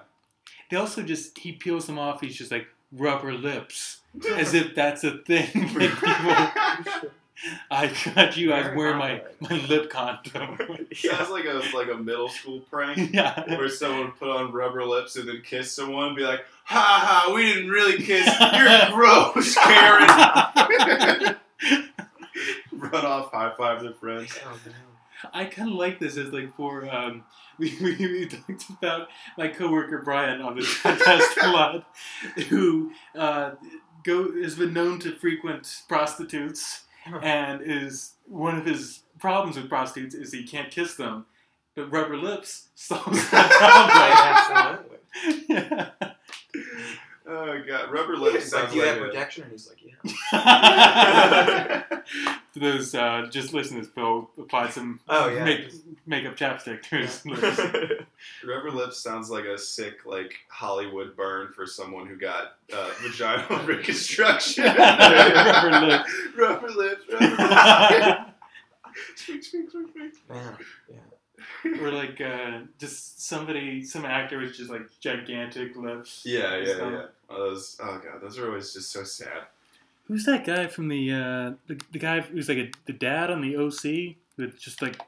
They also just he peels them off. He's just like rubber lips, as if that's a thing. that people, I got you. I
Very
wear my
popular.
my lip condom.
Sounds like a like a middle school prank
yeah.
where someone put on rubber lips and then kiss someone and be like, ha ha, we didn't really kiss. You're gross, Karen. Run off, high five their friends.
Oh, no.
I kind of like this as like for um, we, we, we talked about my coworker Brian on this podcast a lot, who uh, go has been known to frequent prostitutes, and is one of his problems with prostitutes is he can't kiss them, but rubber lips solves
Right,
that
absolutely.
problem. yeah.
Oh god, rubber lips
He's like,
sounds
do you have
like uh,
protection? And he's like, yeah.
a-
For those uh, just listeners, Bill applied some
Oh, yeah.
make, makeup chapstick to his lips.
Rubber lips sounds like a sick like Hollywood burn for someone who got uh, vaginal reconstruction.
Rubber lips.
Rubber lips. Rubber lips. Squeak, squeak, squeak, squeak.
Man.
or like uh, just somebody, some actor with just like gigantic lips.
Yeah, yeah,
So-
yeah. Oh, those, oh god, those are always just so sad.
Who's that guy from the uh, the, the guy who's like a, the dad on the OC with just like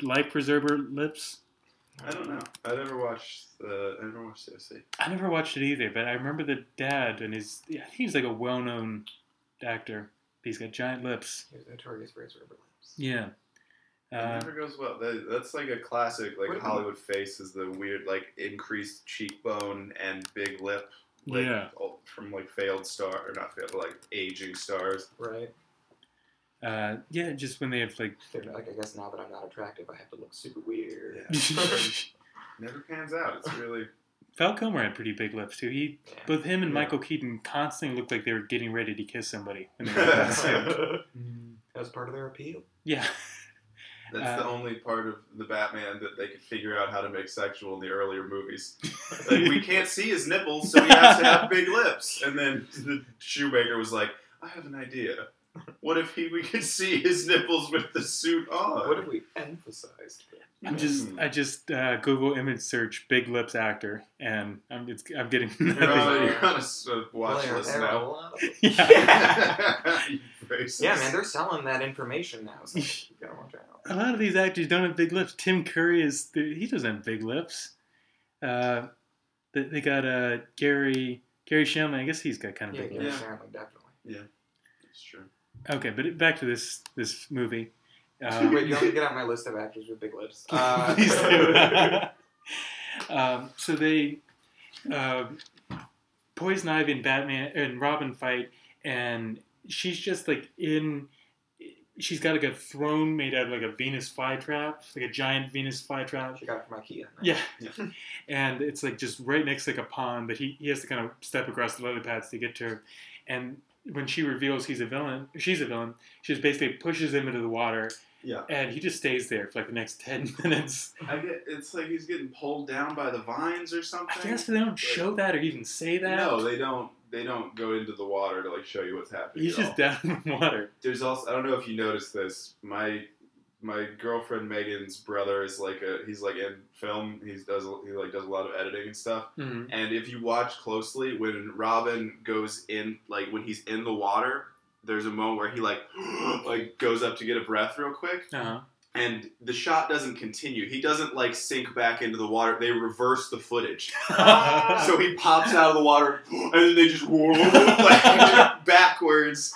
life preserver lips?
I don't know. I never watched the. I never watched the OC.
I never watched it either, but I remember the dad and his. I think he's like a well-known actor. He's got giant lips.
He was notorious for his rubber lips.
Yeah.
It
Uh,
never goes well. That, that's like a classic, like
What do-
Hollywood face is the weird, like increased cheekbone and big lip, like
yeah.
all- from like failed star or not failed, but, like aging stars.
Right.
Uh, yeah. Just when they have like.
They're like, I guess now that I'm not attractive, I have to look super weird.
Yeah. never pans out. It's really
Val Kilmer had pretty big lips too. He
Yeah.
Both him and
Yeah.
Michael Keaton constantly looked like they were getting ready to kiss somebody. when they were in that scene.
that's
Mm.
That was part of their appeal.
yeah.
the
Uh,
only part of the Batman that they could figure out how to make sexual in the earlier movies. Like we can't see his nipples, so he has to have big lips. And then the shoemaker was like, "I have an idea. What if he we could see his nipples with the suit on?"
What if we emphasized that?
I'm just
Hmm.
I just uh, Google image search big lips actor and I'm it's, I'm getting
You're on,
nothing.
you're on a s- a watch
Well, there-
list
there are a
now.
lot of them.
yeah.
You racist.
Yeah, man, they're selling that information now. So you gotta watch out.
A lot of these actors don't have big lips. Tim Curry is he doesn't have big lips. Uh, they, they got uh, Gary Gary Shelman. I guess he's got kind of
Yeah,
big
yeah,
lips.
Family, definitely.
It's true.
Okay, but back to this this movie. Uh,
Wait, you want me to get on my list of actors with big lips? Uh,
Please do. um, so they, uh, Poison Ivy and Batman and Robin fight, and she's just like in. She's got like a throne made out of like a Venus flytrap, like a giant Venus flytrap.
She got it from Ikea.
Yeah.
Yeah.
and it's like just right next to like a pond, but he, he has to kind of step across the lily pads to get to her. And when she reveals he's a villain, she's a villain, she just basically pushes him into the water.
Yeah.
And he just stays there for like the next 10 minutes.
I get it's like he's getting pulled down by the vines or something.
I guess they don't show that or even say that.
No, they don't. They don't go into the water to like show you what's happening.
he's
at
just
all.
down in the water.
There's also I don't know if you noticed this. My my girlfriend Megan's brother is like a he's like in film. He's does he like does a lot of editing and stuff. And if you watch closely, when Robin goes in, like when he's in the water, there's a moment where he like like goes up to get a breath real quick,
Uh-huh.
and the shot doesn't continue. He doesn't like sink back into the water. They reverse the footage. So he pops out of the water, and then they just like, backwards.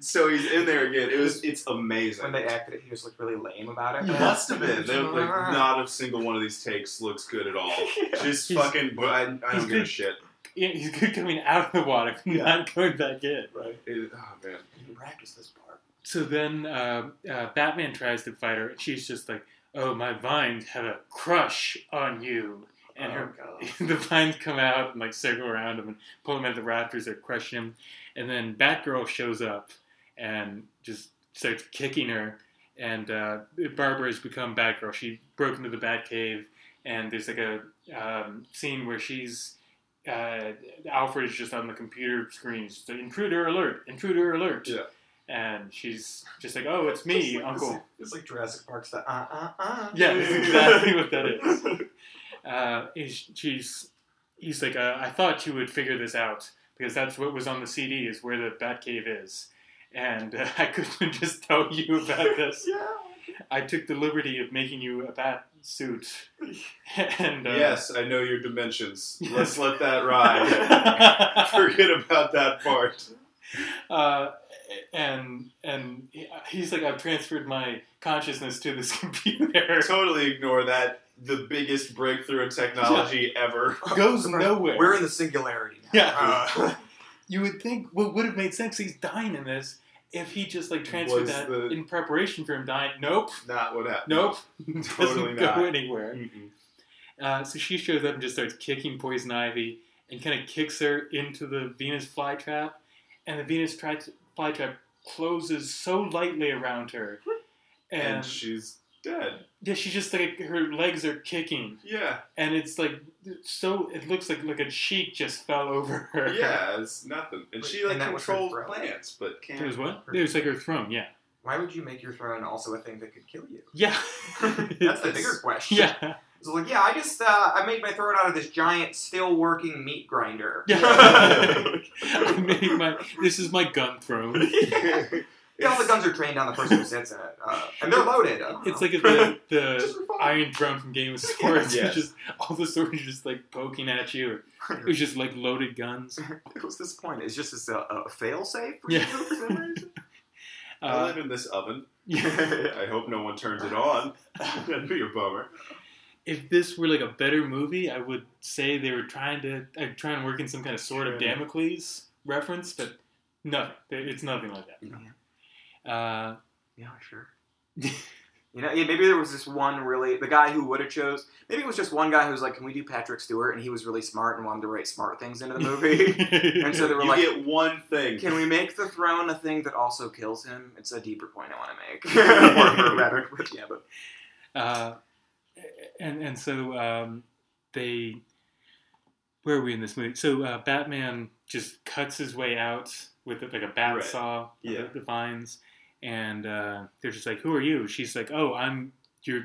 so he's in there again. It was it's amazing.
When they acted it, he just looked really lame about it.
He must have been. They were like, not a single one of these takes looks good at all. Just
He's-
fucking. I, I
he's
don't give a
good.
shit.
Yeah, he's good coming out of the water, not going back in, right?
It- oh man.
You can practice this part.
So then uh, uh, Batman tries to fight her, and she's just like, "Oh, my vines have a crush on you." And
oh,
her
God.
the vines come out and like circle around him and pull him at the rafters or crush him. And then Batgirl shows up and just starts kicking her. And uh, Barbara has become Batgirl. She broke into the Batcave, and there's like a um, scene where she's uh, Alfred is just on the computer screen, just like, intruder alert, intruder alert.
Yeah.
And she's just like, oh, it's me,
Just like
Uncle.
this- It's like Jurassic Park's the uh uh uh.
Yeah, that's exactly what that is. Uh, he's, she's, he's like, uh, I thought you would figure this out because that's what was on the CD is where the Batcave is, and uh, I couldn't just tell you about this.
Yeah.
I took the liberty of making you a bat suit, and uh,
Yes, I know your dimensions. Let's let that ride. Forget about that part.
uh, and and he's like, I've transferred my consciousness to this computer.
Totally ignore that. The biggest breakthrough in technology ever.
Goes nowhere.
We're in the singularity now.
Yeah.
Uh,
you would think what would have made sense he's dying in this if he just like transferred
Was
that
the-
in preparation for him dying nope
Not what happened.
nope
Totally
doesn't
not.
go anywhere
Mm-mm.
uh, so she shows up and just starts kicking poison ivy and kind of kicks her into the venus flytrap and the venus tri- flytrap closes so lightly around her and,
And she's dead.
yeah she's just like her legs are kicking
Yeah.
and it's like so it looks like like a sheet just fell over her
Yeah, it's nothing. And she like
And that was her
controls
throne.
plants, but can't.
there's what there's like her throne yeah
Why would you make your throne also a thing that could kill you?
yeah
That's the bigger question.
Yeah.
It's like, yeah, I just uh, I made my throne out of this giant, still working meat grinder.
Yeah. I made my, this is my gun throne.
Yeah, all the guns are trained on the person who sits in it, uh, and they're loaded. I don't
It's
know.
like if the, the
Just revolve.
iron drum from Game of Swords.
Yeah.
it's Just all the swords are just like poking at you. It was just like loaded guns.
What's this point? It's just this, uh, a fail safe.
Yeah.
For some reason?
I
Uh,
live in this oven.
yeah.
I hope no one turns it on. That'd be a bummer.
If this were like a better movie, I would say they were trying to uh, try and work in some kind of sword of
Sure.
Damocles reference, but nothing. It's nothing like that.
Yeah.
Uh,
Yeah, sure. you know, yeah, maybe there was this one really the guy who would have chose. Maybe it was just one guy who was like, "Can we do Patrick Stewart?" And he was really smart and wanted to write smart things into the movie. and so they were
you
like,
get one thing.
Can we make the throne a thing that also kills him? It's a deeper point I want to make. or, or rather, but yeah, but
uh, and and so um, they where are we in this movie? So uh, Batman just cuts his way out with like a bat
Right.
saw, of
Yeah.
the, the vines, and uh, they're just like, "Who are you?" She's like, "Oh, I'm your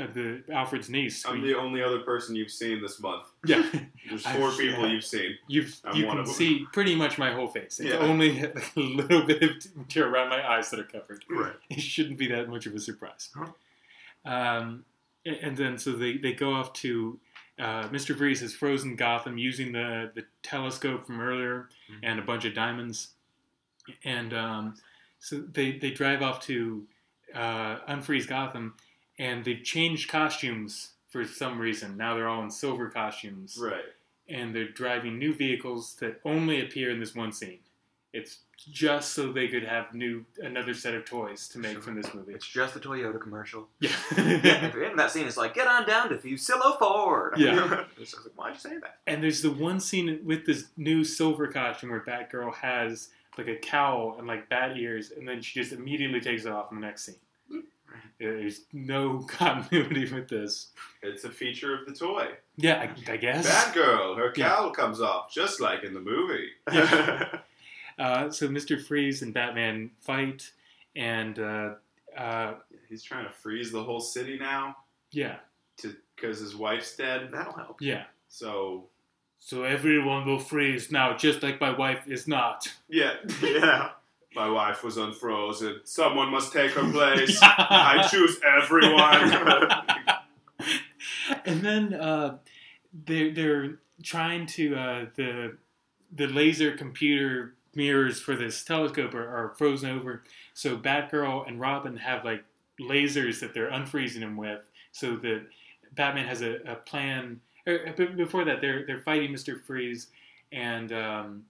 uh, the Alfred's niece."
I'm the only other person you've seen this month.
yeah,
There's
I've-
four people you've seen.
you've
I'm
you
one
can
of 'em.
see pretty much my whole face. It's
Yeah.
only a little bit of material around my eyes that are covered.
Right.
it shouldn't be that much of a surprise.
Huh.
Um, a- and then so they, they go off to uh, Mr. Freeze has frozen Gotham using the, the telescope from earlier
Mhm.
and a bunch of diamonds. And um, so they, they drive off to uh, unfreeze Gotham and they've changed costumes for some reason. Now they're all in silver costumes
Right.
and they're driving new vehicles that only appear in this one scene. It's just so they could have new another set of toys to make
Sure.
from this movie.
it's just the Toyota commercial.
Yeah.
Yeah, at the end of that scene, it's like, "Get on down to Fusillo Ford."
Yeah.
it's just like, why'd you say that?
and there's the one scene with this new silver costume where Batgirl has like a cowl and like bat ears, and then she just immediately takes it off in the next scene. There's no continuity with this.
It's a feature of the toy.
Yeah, I, I guess.
Batgirl, her
Yeah.
cowl comes off just like in the movie.
Yeah. Uh, so Mr. Freeze and Batman fight, and uh, uh,
He's trying to freeze the whole city now
yeah,
to because his wife's dead.
That'll help.
yeah.
So
So everyone will freeze now, just like my wife is not.
yeah,
Yeah.
my wife was unfrozen. Someone must take her place. I choose everyone.
and then uh, they're they're trying to uh, the the laser computer mirrors for this telescope are, are frozen over. So Batgirl and Robin have like lasers that they're unfreezing him with, so that Batman has a, a plan. Or, uh, b- before that, they're they're fighting Mister Freeze, and um,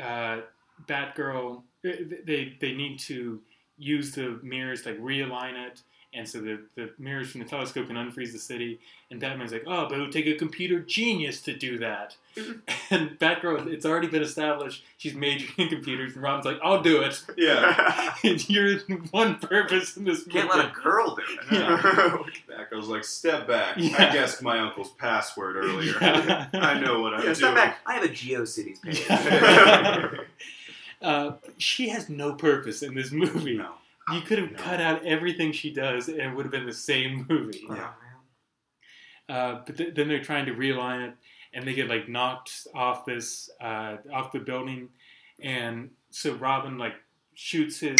uh, Batgirl. They they need to use the mirrors to, like realign it, and so the, the mirrors from the telescope can unfreeze the city. And Batman's like, oh, but it would take a computer genius to do that.
Mm-hmm.
and Batgirl, it's already been established. She's majoring in computers, and Robin's like, I'll do it.
Yeah.
and you're one purpose in this
Can't
movie.
let a girl do it.
Yeah. Back. I was like, step back.
Yeah.
I guessed my uncle's password earlier.
Yeah.
I know what I'm
Yeah,
doing.
step back. I have a GeoCities page.
Yeah. Uh, she has no purpose in this movie.
No.
You could have
No.
cut out everything she does, and it would have been the same movie.
Oh, man.
Uh, but th- then they're trying to realign it, and they get like knocked off this uh, off the building, and so Robin like shoots his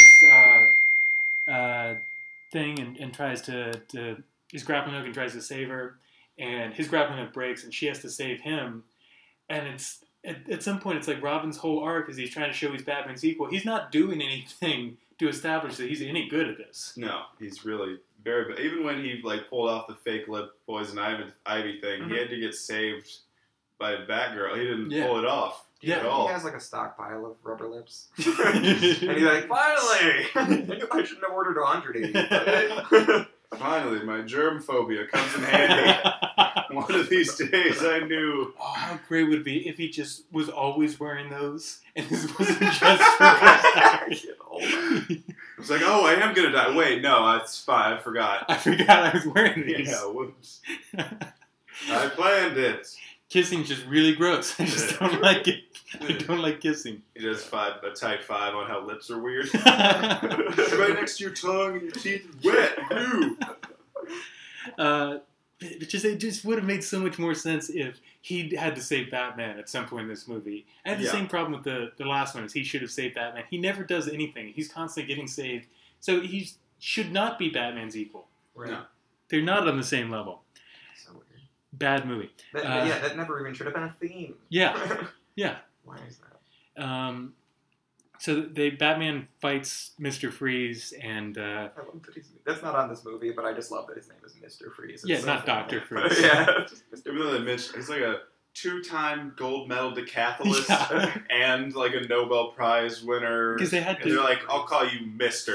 uh, uh, thing and, and tries to, to his grappling hook and tries to save her, and his grappling hook breaks, and she has to save him, and it's. At, at some point, it's like Robin's whole arc is he's trying to show he's Batman's equal. He's not doing anything to establish that he's any good at this.
No, he's really very bad. Even when he like pulled off the fake lip poison ivy, ivy thing,
Mhm.
he had to get saved by Batgirl. He didn't
Yeah.
pull it off
Yeah.
at
He
all.
has like a stockpile of rubber lips. And he's
yeah,
like, finally! I knew I shouldn't have ordered 100 of these.
Finally, my germ phobia comes in handy. One of these days, I knew.
Oh, how great would it be if he just was always wearing those and this wasn't just for
It's like, oh, I am gonna die. Wait, no, it's fine. I forgot.
I forgot I was wearing these.
Yeah, whoops. I planned it.
Kissing's just really gross. I just don't like it. I don't like kissing.
He does five a type five on how lips are weird.
uh,
right next to your tongue and your teeth are wet. Ew.
but Uh, but just it just would have made so much more sense if he had to save Batman at some point in this movie. I had the
Yeah.
same problem with the the last one is he should have saved Batman. He never does anything. He's constantly getting saved, so he should not be Batman's equal.
Right.
No.
They're not on the same level.
So weird.
Bad movie.
That,
Uh,
yeah, that never even should have been a theme.
Yeah, yeah.
Why is that?
Um, so they Batman fights Mister Freeze and uh,
I love that he's, that's not on this movie, but I just love that his name is Mr. Freeze. It's
Yeah,
so
not
funny.
Dr. Freeze.
yeah. just Mr.
Even though they mentioned he's like a two-time gold medal decathlete
Yeah.
and like a Nobel Prize winner.
because they had
And they're
to
like, I'll call you Mister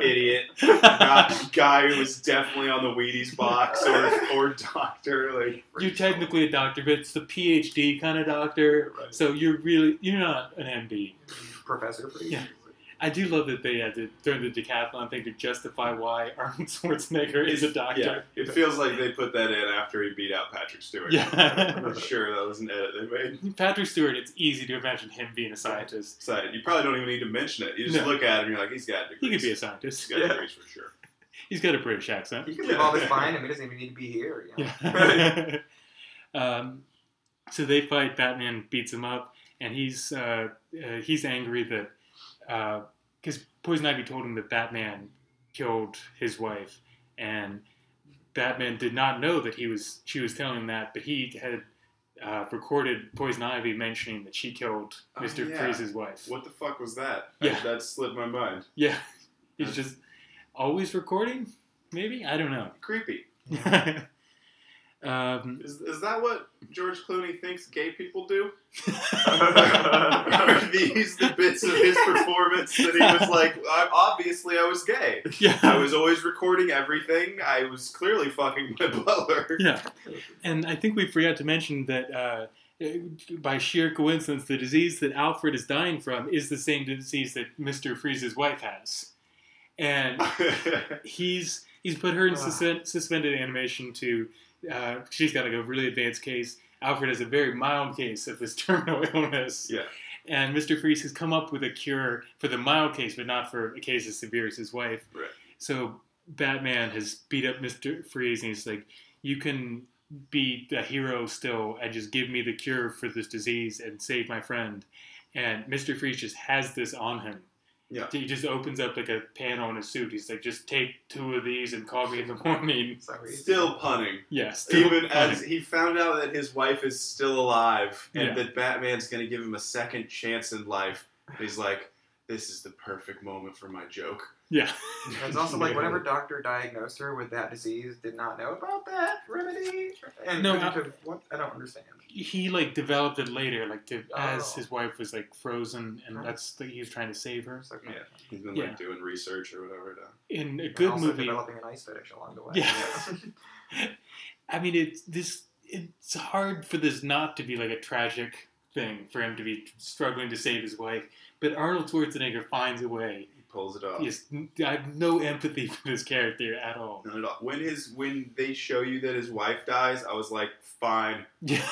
Idiot,
you
not guy who was definitely on the Wheaties box or, or doctor. Like
you're technically a doctor, but it's the PhD kind of doctor.
Right.
So you're really you're not an MD.
Professor Freeze.
Yeah. I do love that they had to during the decathlon thing to justify why Arnold Schwarzenegger is a
yeah,
doctor.
it feels like they put that in after he beat out Patrick Stewart.
Yeah.
I'm sure that was an edit they made.
Patrick Stewart, it's easy to imagine him being a scientist.
side. You probably don't even need to mention it. You just
No.
look at him, you're like, he's got degrees.
He could be a
He's
scientist.
got
Yeah.
degrees for sure.
He's got a British accent.
He can leave all this behind him. He doesn't even need to be here. You know?
Yeah. um, so they fight. Batman beats him up, and he's uh, uh, he's angry that because Poison Ivy told him that Batman killed his wife, and Batman did not know that he was she was telling him that, but he had uh, recorded Poison Ivy mentioning that she killed
Oh,
Mister
yeah.
Freeze's wife.
What the fuck was that?
Yeah.
That, that slipped my mind.
Yeah, he's
That's-
just always recording. Maybe I don't know.
Creepy.
um,
Is, is that what George Clooney thinks gay people do? Are these the bits of his performance that he was like, I, obviously I was gay.
yeah.
I was always recording everything. I was clearly fucking my butler.
Yeah, and I think we forgot to mention that uh, by sheer coincidence, the disease that Alfred is dying from is the same disease that Mister Freeze's wife has, and
Ah.
he's he's put her in
Ah.
suspen- suspended animation to. Uh, she's got like a really advanced case. Alfred has a very mild case of this terminal illness.
Yeah.
And Mr. Freeze has come up with a cure for the mild case, but not for a case as severe as his wife.
Right.
So Batman has beat up Mr. Freeze and he's like, You can be the hero still and just give me the cure for this disease and save my friend. And Mr. Freeze just has this on him.
Yeah.
He just opens up like a panel in a suit. He's like, just take two of these and call me in the morning.
So he's-
Still punning.
Yes.
Even as he found out that his wife is still alive and
Yeah.
that Batman's going to give him a second chance in life, And he's like, "This is the perfect moment for my joke."
Yeah.
It's also like whatever doctor diagnosed her with that disease did not know about that remedy. And
No,
couldn't
I-
have- what? I don't understand.
He like developed it later, like to as
Oh.
his wife was like frozen, and
Right.
that's the, he was trying to save her.
It's like,
Yeah. He's been
Yeah.
like doing research or whatever. To,
In a
and
good
also
movie,
developing an ice fetish along the way.
Yeah. I mean, it's this. It's hard for this not to be like a tragic thing for him to be struggling to save his wife, but Arnold Schwarzenegger finds a way.
he pulls it off.
Yes, I have no empathy for this character at all.
None at all. When his when they show you that his wife dies, I was like, fine.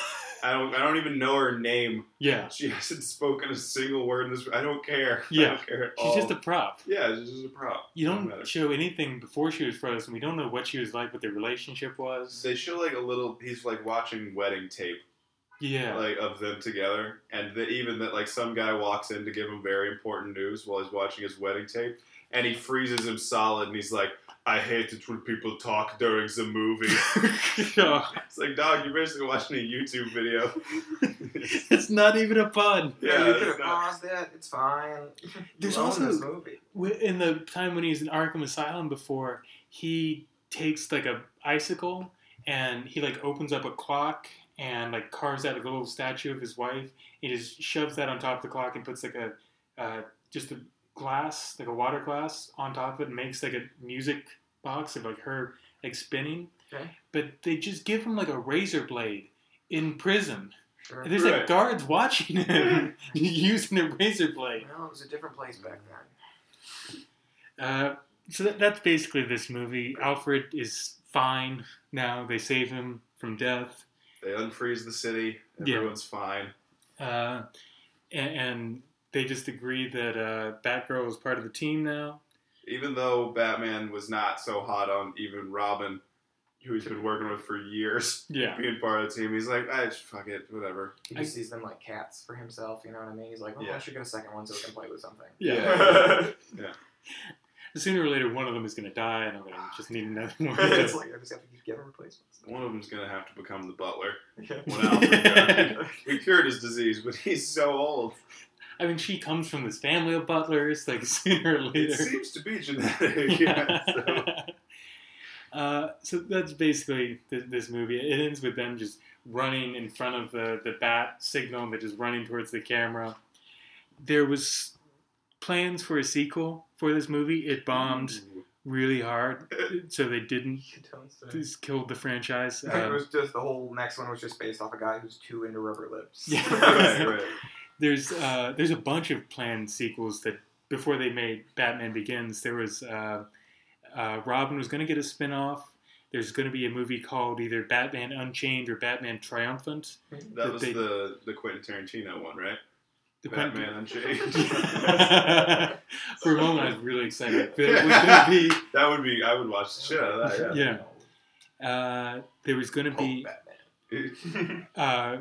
Yeah,
I don't I don't even know her name.
yeah.
She hasn't spoken a single word in this. I don't care. I
Yeah.
don't care at
She's
all.
just a prop.
yeah, she's just a prop.
You
Doesn't
don't
matter.
show anything before she was frozen. We don't know what she was like, what their relationship was.
They show like a little. He's like watching wedding tape,
Yeah,
like of them together, and that even that like some guy walks in to give him very important news while he's watching his wedding tape, and he freezes him solid, and he's like, "I hate it when people talk during the movie."
Yeah.
it's like, dog, you're basically watching a YouTube video.
it's not even a pun.
Yeah, you could
it's
have
not-
paused it. It's fine.
There's
You own
also
this movie.
Wh- in the time when he's in Arkham Asylum before, he takes like a icicle and he like opens up a clock and like carves out like, a little statue of his wife. He just shoves that on top of the clock and puts like a uh, just a glass, like a water glass, on top of it and makes like a music box of like her like spinning.
Okay.
But they just give him like a razor blade in prison.
Sure.
And there's like
Right.
guards watching him using a razor blade.
Well, it was a different place back then.
Uh, so that, that's basically this movie. Alfred is fine now. They save him from death,
They unfreeze the city.
Yeah.
Everyone's fine.
uh, and, and they just agree that uh, Batgirl is part of the team now.
Even though Batman was not so hot on even Robin, who he's been working with for years,
Yeah,
being part of the team, he's like, I fuck it, whatever.
He
I-
just sees them like cats for himself. You know what I mean? He's like, well,
Yeah.
I should get a second one so we can play with something.
Yeah.
Sooner or later, one of them is going to die, and I'm going to just need another one.
it's like I just have to keep getting replacements.
One of them's gonna have to become the butler.
Yeah.
When Alfred died. we cured his disease, but he's so old.
I mean, she comes from this family of butlers. Like sooner or
It
later,
seems to be genetic. Yeah, so.
Uh, so that's basically this, this movie. It ends with them just running in front of the, the bat signal and they're just running towards the camera. There was plans for a sequel for this movie. It
Mm.
bombed really hard, so they didn't.
You don't say.
This killed the franchise.
it
Uh,
was just the whole next one was just based off a guy who's too into rubber lips.
Yeah.
right, right.
there's uh, there's a bunch of planned sequels that before they made Batman Begins, there was uh, uh, Robin was going to get a spin-off. There's going to be a movie called either Batman Unchained or Batman Triumphant.
That was
They-
the the Quentin Tarantino one, right?
The Quentin-
Batman Unchained.
For a moment, I was really excited. But it was gonna be,
that would be. I would watch the shit out of that.
yeah. Uh, there was going to
Hulk
be.
Batman.
Yeah.
Uh,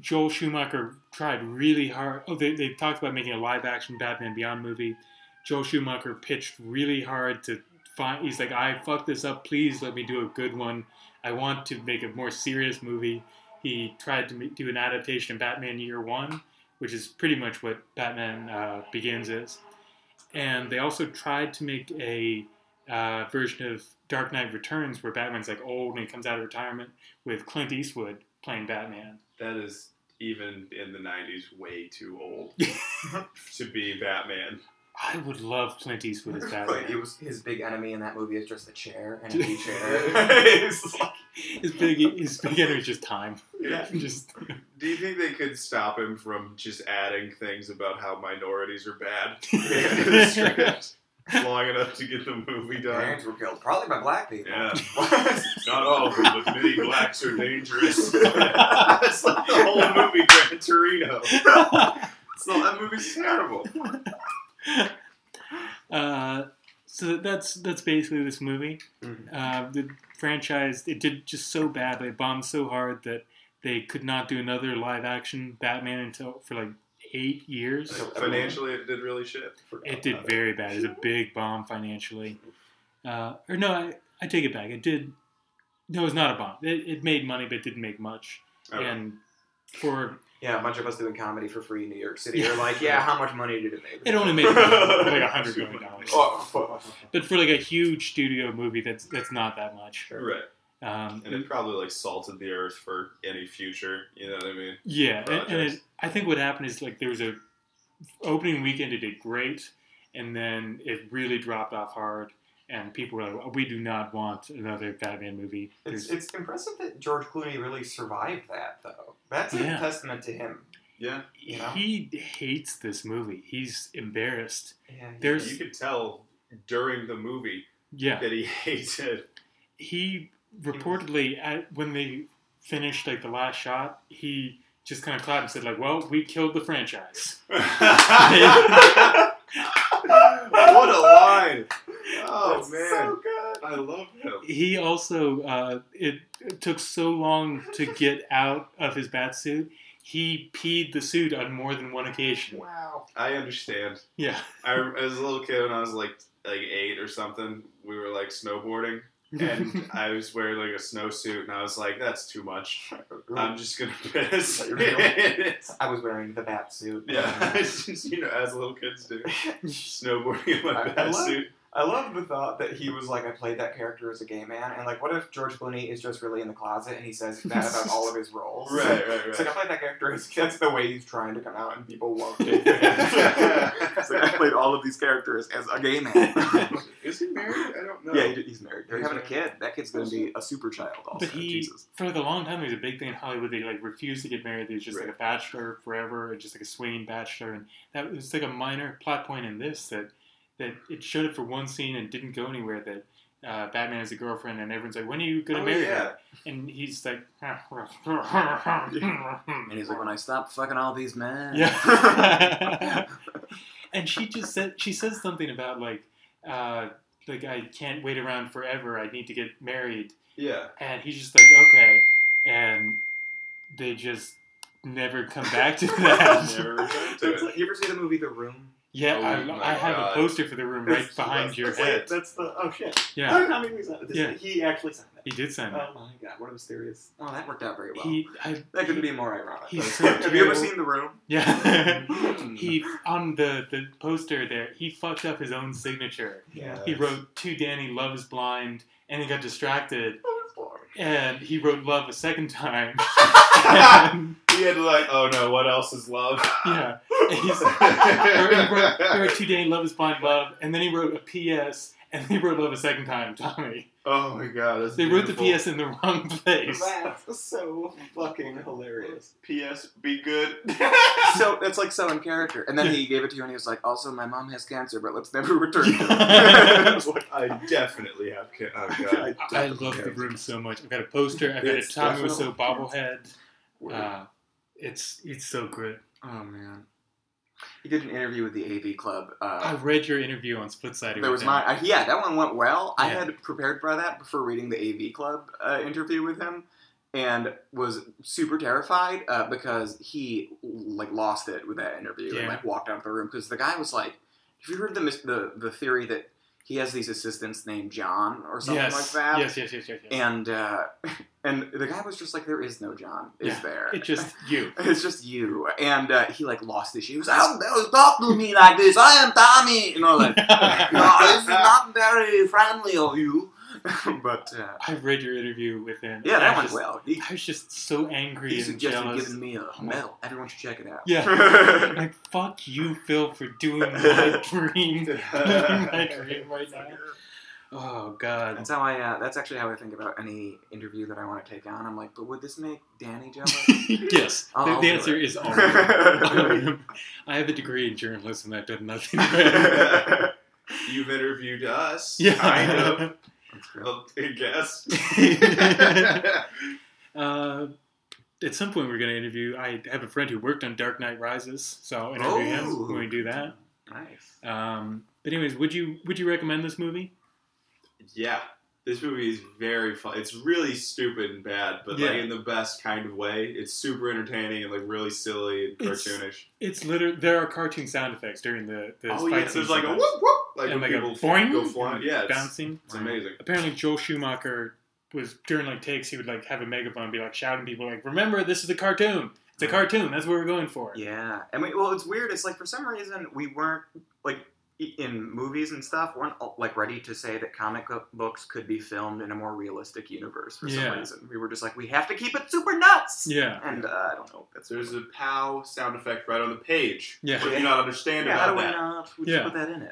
Joel Schumacher tried really hard. Oh, they, they talked about making a live action Batman Beyond movie. Joel Schumacher pitched really hard to find. He's like, I fucked this up. Please let me do a good one. I want to make a more serious movie. He tried to ma- do an adaptation of Batman Year One, which is pretty much what Batman uh, Begins is. And they also tried to make a uh, version of Dark Knight Returns where Batman's like old and he comes out of retirement with Clint Eastwood playing Batman.
That is even in the '90s way too old to be Batman.
I would love Clint Eastwood as
But it
Batman.
was his big enemy in that movie is just the chair and a chair.
It's like-
His big, his big enemy is just time.
yeah.
Just
Do you think they could stop him from just adding things about how minorities are bad in the script long enough to get the movie done?
Parents were killed probably by black people.
Yeah. Not all of them, but many blacks are dangerous. That's like the whole movie, Gran Torino. So that movie's terrible.
uh, so that's that's basically this movie.
Mhm.
Uh, the franchise it did just so badly, it bombed so hard that they could not do another live action Batman until for like eight years.
Financially, it did really shit.
It
Uh,
did very bad. It was a big bomb financially. Uh, or no, I, I take it back. It did. No, it was not a bomb. It, it made money, but it didn't make much.
Okay.
And for
yeah, a bunch of us doing comedy for free in New York City. You're like, yeah, how much money did it make?
It only made like a hundred million dollars,
Oh, fuck.
but for like a huge studio movie, that's that's not that much.
Right.
Um,
And it probably like salted the earth for any future. You know what I mean?
Yeah, and, and
projects.
it, I think what happened is like there was a opening weekend it did great, and then it really dropped off hard, and people were like, "We do not want another Batman movie."
It's,
There's,
it's impressive that George Clooney really survived that, though. That's a
Yeah.
testament to him.
Yeah.
you know?
He hates this movie. He's embarrassed.
Yeah, he-
There's-
You could tell during the movie
Yeah,
that he hates it.
he reportedly at, when they finished like the last shot, he just kind of clapped and said like, "Well, we killed the franchise."
what a line! Oh
That's
man,
so good.
I love him.
He also uh, it, it took so long to get out of his bat suit. He peed the suit on more than one occasion.
Wow.
I understand.
Yeah,
I as a little kid when I was like like eight or something, we were like snowboarding, and I was wearing like a snowsuit, and I was like, "That's too much.
Um,
I'm just gonna piss."
You're real. Um, I was wearing the bat suit.
yeah, it's just, you know, as little kids do, snowboarding in
I- I
my bat
love-
suit.
I love the thought that he was like, I played that character as a gay man, and like, what if George Clooney is just really in the closet and he says that about all of his roles?
Right, right,
It's
right.
like I played that character. as- That's the way he's trying to come out, and people love it.
It's like, I played all of these characters as a gay man.
Is he married? I don't know.
yeah, he- he's married. They're
He's
having a kid. That kid's going to be a super child. Also,
but he
Jesus.
for like a long time it was a big thing in Hollywood. They like refused to get married. They was just like a bachelor forever, and just like a swinging bachelor. And that was like a minor plot point in this that that it showed up for one scene and didn't go anywhere. That uh, Batman has a girlfriend, and everyone's like, "When are you gonna
Oh,
marry
yeah.
her?" And he's like, "Ah,
And he's like, when I stop fucking all these men.
Yeah. and she just said she says something about like uh, like I can't wait around forever. I need to get married.
Yeah.
And he's just like okay, and they just never come back to that.
Never returned to
That's
it.
like- you ever see the movie The Room?
yeah,
Oh my
I, I have
God.
a poster for the room right
That's-
behind your
that's like-
head.
that's the oh shit.
Yeah,
I mean, he's not- this-
Yeah.
He actually signed that.
he did sign that.
Oh my god, what a mysterious. Oh, that worked out very well.
He, I,
that couldn't be more ironic.
He's so
Have you
terrible.
ever seen The Room?
yeah.
Hmm.
He on the, the poster there, he fucked up his own signature.
Yeah.
He wrote to Danny Love is blind and he got distracted
Oh, boy.
and he wrote love a second time. And,
He had to like, oh no, what else is love?
yeah. And he's, or he wrote, he wrote two day love is blind love, and then he wrote a PS, and he wrote love a second time, Tommy.
oh my god, that's
They wrote the
beautiful.
PS in the wrong place.
That's so fucking hilarious.
P.S. Be good.
So that's like so in character. And then he gave it to you, and he was like, "Also, my mom has cancer, but let's never return." to
I
it."
I definitely have. Ca- oh god.
I
I love the room so much. I've got a poster. I've got a
It's
Tommy was so
definitely-
bobblehead. Uh, it's it's so good.
oh man, he did an interview with the AV Club.
I
Uh,
read your interview on Split Side.
there was my uh, yeah, that one went well. I
Yeah.
had prepared for that before reading the AV Club uh, interview with him, and was super terrified uh, because he like lost it with that interview and
Yeah.
like walked out of the room because the guy was like, "Have you heard the mis- the the theory that?" He has these assistants named John or something
yes.
like that.
Yes, yes, yes, yes, yes.
and uh, and the guy was just like, "There is no John, is
Yeah,
there?"
it's just you.
It's just you, and uh, he like lost his shit. He was like, "How dare you talk to me like this? I am Tommy," and all that. No, this is not very friendly of you. but uh,
I read your interview with him.
yeah, that
I
went
just-
well. He,
I was just so angry
he
and
suggested
jealous.
giving me a medal. Everyone should check it out.
Yeah, like fuck you, Phil, for doing my dream. my dream right now. Oh god.
That's how I. Uh, that's actually how I think about any interview that I want to take on. I'm like, but would this make Danny jealous?
yes,
I'll-
the,
I'll
the
do
answer
it.
is all. of them. All of them. I have a degree in journalism. I've done nothing.
You've interviewed us.
Yeah.
Kind of.
That's great.
Well, I guess.
uh, at some point, we're going to interview. I have a friend who worked on Dark Knight Rises, so I'll interview
Oh.
him when we do that.
nice.
Um, but anyways, would you would you recommend this movie?
yeah. This movie is very fun. It's really stupid and bad, but
Yeah.
like in the best kind of way. It's super entertaining and like really silly and
It's-
cartoonish.
It's literally there are cartoon sound effects during the, the
Oh yeah,
fight scenes
there's like a
sometimes.
whoop whoop, like
and
when
like
people
a boing,
go flying. Yeah, it's,
bouncing.
it's amazing.
Apparently, Joel Schumacher was during like takes. He would like have a megaphone, and be like shouting people, like "Remember, this is a cartoon." The cartoon. That's what we're going for.
Yeah, and we, well, it's weird. It's like for some reason we weren't like i- in movies and stuff weren't like ready to say that comic book- books could be filmed in a more realistic universe for
Yeah.
some reason. We were just like, we have to keep it super nuts.
Yeah.
And uh, I don't know. if That's
There's a pow sound effect right on the page.
Yeah.
What do you not understand
yeah. How
about
do we
that?
not? We
Yeah.
just put that in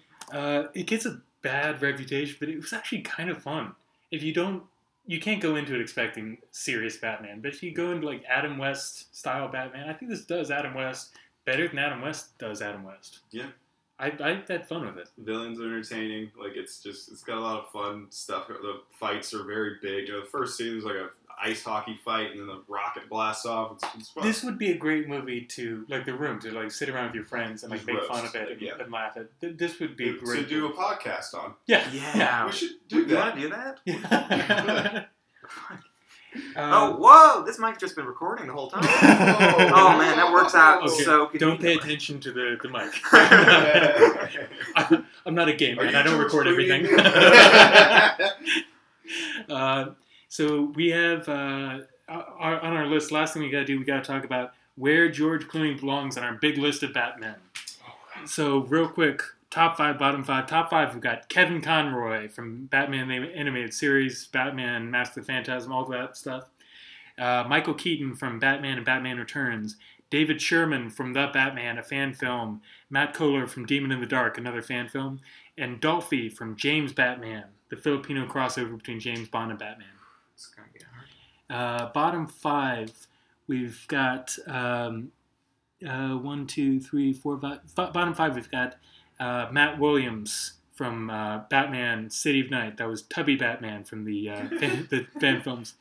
it.
Uh, it gets a bad reputation, but it was actually kind of fun. If you don't, you can't go into it expecting serious Batman, but if you go into like Adam West style Batman, I think this does Adam West better than Adam West does Adam West.
Yeah.
I, I had fun with it.
Villains are entertaining. Like it's just it's got a lot of fun stuff. The fights are very big. You know, the first scene is like a ice hockey fight, and then the rocket blasts off. It's, it's fun.
This would be a great movie to like the room to like sit around with your friends and like
Just
make fun
roast,
of it and,
yeah.
and laugh at. Th- This would be a
to
great.
do a podcast on.
yeah.
Yeah.
We should
Do
do
you want
that.
to do that?
Yeah.
oh,
Um,
whoa! This mic's just been recording the whole time. oh man, that works out
Okay,
so.
don't pay
conveniently.
attention to the the mic.
Are
I, I'm not a game man.
you
I don't
George
record
Clooney?
everything. uh, so we have uh, our, on our list. Last thing we got to do, we got to talk about where George Clooney belongs on our big list of Batman. So real quick, top five, bottom five. Top five, we've got Kevin Conroy from Batman the animated series, Batman, Mask of the Phantasm, all that stuff. Uh, Michael Keaton from Batman and Batman Returns. David Sherman from The Batman, a fan film. Matt Kohler from Demon in the Dark, another fan film. And Dolphy from James Batman, the Filipino crossover between James Bond and Batman.
It's gonna be hard.
Uh, bottom five, we've got um, uh, one, two, three, four, five. F- bottom five, we've got uh, Matt Williams from uh, Batman City of Night. That was Tubby Batman from the, uh, fan, the fan films.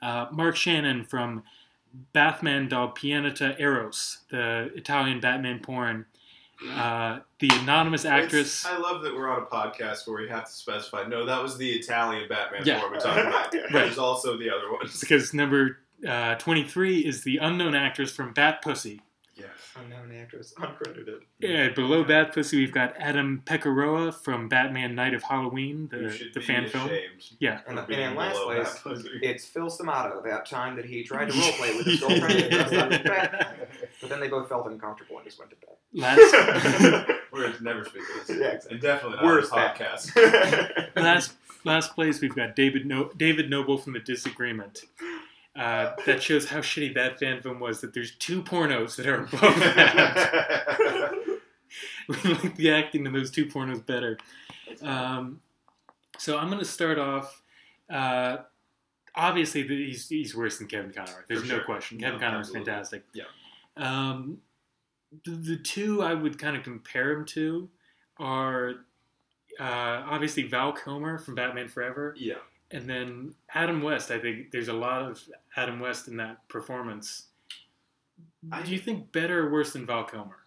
Uh, Mark Shannon from Bathman dal Pianeta Eros, the Italian Batman porn. Uh, the anonymous actress.
I love that we're on a podcast where we have to specify. No, that was the Italian Batman
Yeah.
form we're talking about. There's also the other ones.
because number uh, 23 is the unknown actress from Bat Pussy.
Yes.
Unknown actress, uncredited.
Yeah, below Bat Pussy, we've got Adam Pecoroa from Batman Night of Halloween,
You
the,
should
the
be
fan film.
ashamed
Yeah.
for
And, and
being
in last
below
place,
that pussy.
It's Phil Stamato, that time that he tried to roleplay with his girlfriend and dressed up as Batman. But then they both felt uncomfortable and just went to bed.
Last,
We're never speaking of this.
Yeah, exactly.
And definitely not
Worst
on this podcast.
last, last place, we've got David, no- David Noble from The Disagreement. Uh, that shows how shitty that fan film was that there's two pornos that are above that. we like the acting in those two pornos better. Um, so I'm going to start off. Uh, obviously, the, he's he's worse than Kevin Conroy. There's
For
no
sure.
question.
No,
Kevin Conroy is
absolutely.
fantastic.
Yeah.
Um, the, the two I would kind of compare him to are uh, obviously Val Kilmer from Batman Forever,
yeah.
and then Adam West. I think there's a lot of Adam West in that performance.
I-
Do you think better or worse than Val Kilmer?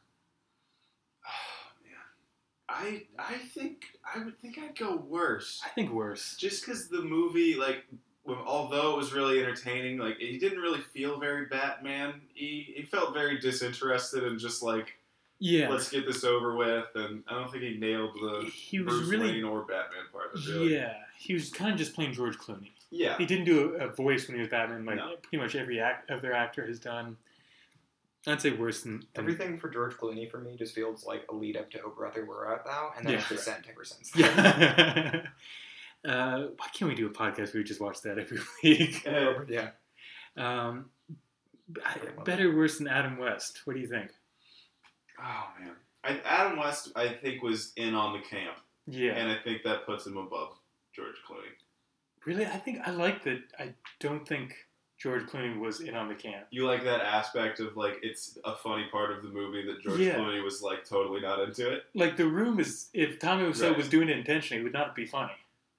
I I think I would think I'd go worse.
I think worse.
Just because the movie, like, when- although it was really entertaining, like he didn't really feel very Batman. He he felt very disinterested and just like
Yeah.
let's get this over with. And I don't think he nailed the
he was
Bruce
really
Wayne or Batman part of it. Really.
Yeah, he was kind of just playing George Clooney.
Yeah.
He didn't do a, a voice when he was Batman, like
No.
pretty much every act, other actor has done. I'd say worse than, than
Everything for George Clooney for me just feels like a lead up to Oh Brother, Where Art Thou? And then
Yeah.
it's just sent ever since.
Yeah. uh, why can't we do a podcast? where We just watch that every week.
Uh,
yeah.
Um, b- I-
Pretty much.
better, worse than Adam West. What do you think?
oh man. I, Adam West, I think, was in on the camp,
Yeah,
and I think that puts him above George Clooney.
really. I think I like that. I don't think George Clooney was in on the camp.
You like that aspect of like it's a funny part of the movie that George
Yeah.
Clooney was like totally not into it.
Like the room is, if Tommy Wiseau
Right.
was doing it intentionally, it would not be funny.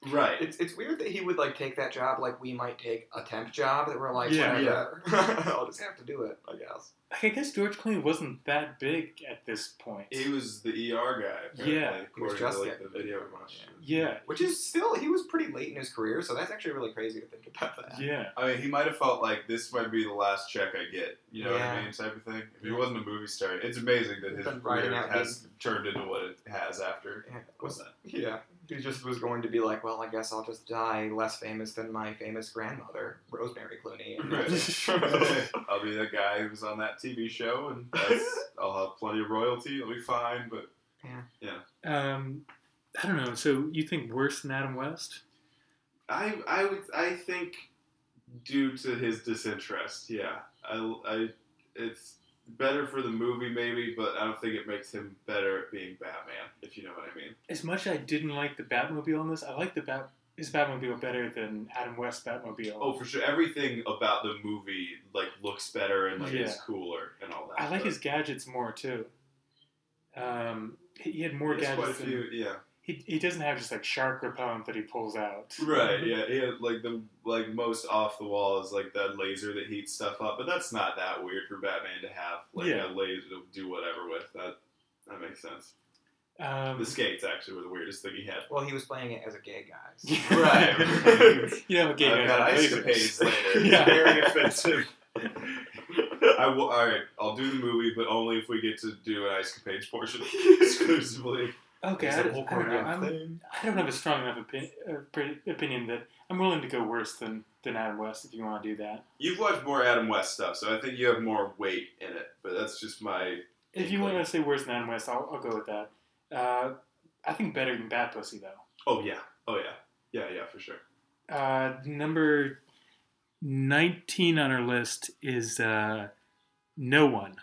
Right.
It's, it's weird that he would like take that job like we might take a temp job that we're like,
Yeah,
whatever. I'll just have to do it, I guess.
Like, I guess George Clooney wasn't that big at this point.
He was the ER guy. Apparently,
Yeah.
He was
according
just
to like,
getting
the video I watched.
yeah,
Which is still, he was pretty late in his career, so that's actually really crazy to think about that.
yeah.
I mean, he might have felt like this might be the last check I get. You know what
Yeah.
I mean, type of thing. If he wasn't a movie star, it's amazing that his
Been riding
career
out
has turned into what it has after.
Yeah.
What's that?
Yeah. he just was going to be like, well, I guess I'll just die less famous than my famous grandmother, Rosemary Clooney. And
I'll be that guy who's on that TV show, and that's, I'll have plenty of royalty. It'll be fine, but
Um, I don't know. So you think worse than Adam West?
I I would I think due to his disinterest, yeah. I, I it's better for the movie maybe, but I don't think it makes him better at being Batman, if you know what I mean.
As much as I didn't like the Batmobile in this, I like the Bat. Is Batmobile better than Adam West Batmobile?
Oh, for sure. Everything about the movie like looks better and like is
Yeah.
cooler and all that.
I like
but
his gadgets more too. Um, he he had more
he has quite a
gadgets. Than,
few, yeah.
he he doesn't have just like shark repellent that he pulls out.
Right, yeah, he had like the like most off the wall is like that laser that heats stuff up, but that's not that weird for Batman to have like a
Yeah.
laser to do whatever with. That that makes sense.
Um,
The skates actually were the weirdest thing he had.
well, he was playing it as a gay guy. so-
Yeah.
Right.
you know, gay
I've
guys
got
have
ice
lasers.
capades later.
Yeah.
Very offensive. I will. All right, I'll do the movie, but only if we get to do an ice capades portion exclusively.
Okay,
It's
Oh, I,
a whole
don't- I don't know.
program
I'm-
thing.
I don't have a strong enough opinion, uh, pre- opinion that I'm willing to go worse than, than Adam West if you want to do that.
You've watched more Adam West stuff, so I think you have more weight in it. But that's just my.
If you want to say worse than Adam West, I'll, I'll go with that. Uh, I think better than Bat Pussy though.
Oh yeah. Oh yeah. Yeah yeah for sure.
Uh, number nineteen on our list is uh, No One.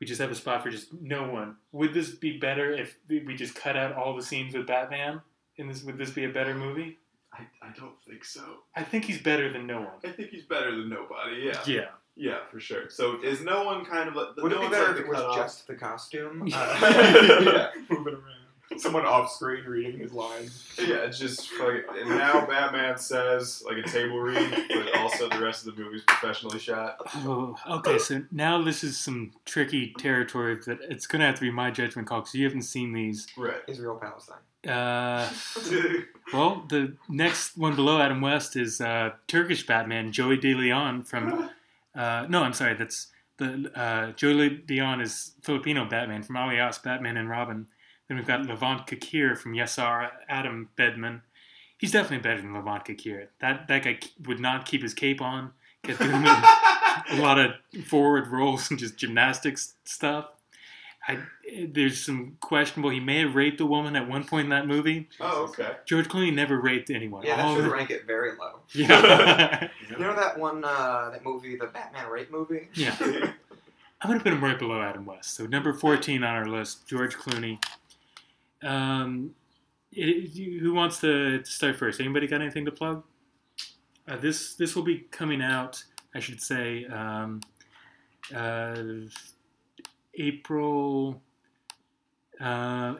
We just have a spot for just No One. Would this be better if we just cut out all the scenes with Batman? And this would this be a better movie?
I, I don't think so.
I think he's better than No One.
I think he's better than nobody. Yeah.
Yeah.
Yeah for sure. So is no one kind of like?
Would
no
it be
one's
better
like
if
the
it was
cutoff?
just the costume?
Yeah.
moving around. Someone off screen reading his lines.
Yeah, it's just like and now Batman says like a table read, but also the rest of the movie's professionally shot.
Oh, okay. So now this is some tricky territory that it's gonna have to be my judgment call because you haven't seen these.
Right. Oh,
Israel Palestine.
Uh, well, the next one below Adam West is uh, Turkish Batman Joey De Leon from. Uh, no, I'm sorry. That's the uh, Joey De Leon is Filipino Batman from Alias Batman and Robin. Then we've got Levant Kakir from Yesar Adam Bedman. He's definitely better than Levant Kakir. That that guy would not keep his cape on. Get through the middle a lot of forward rolls and just gymnastics stuff. I, there's some questionable. He may have raped a woman at one point in that movie.
oh, okay.
George Clooney never raped anyone.
Yeah, that
All
should
the-
rank it very low.
yeah.
You know that one, uh, that movie, the Batman rape movie?
yeah. I'm gonna put him right below Adam West. So number 14 on our list, George Clooney. Um, it- you- who wants to start first? Anybody got anything to plug? Uh, this this will be coming out, I should say, um, uh, April uh,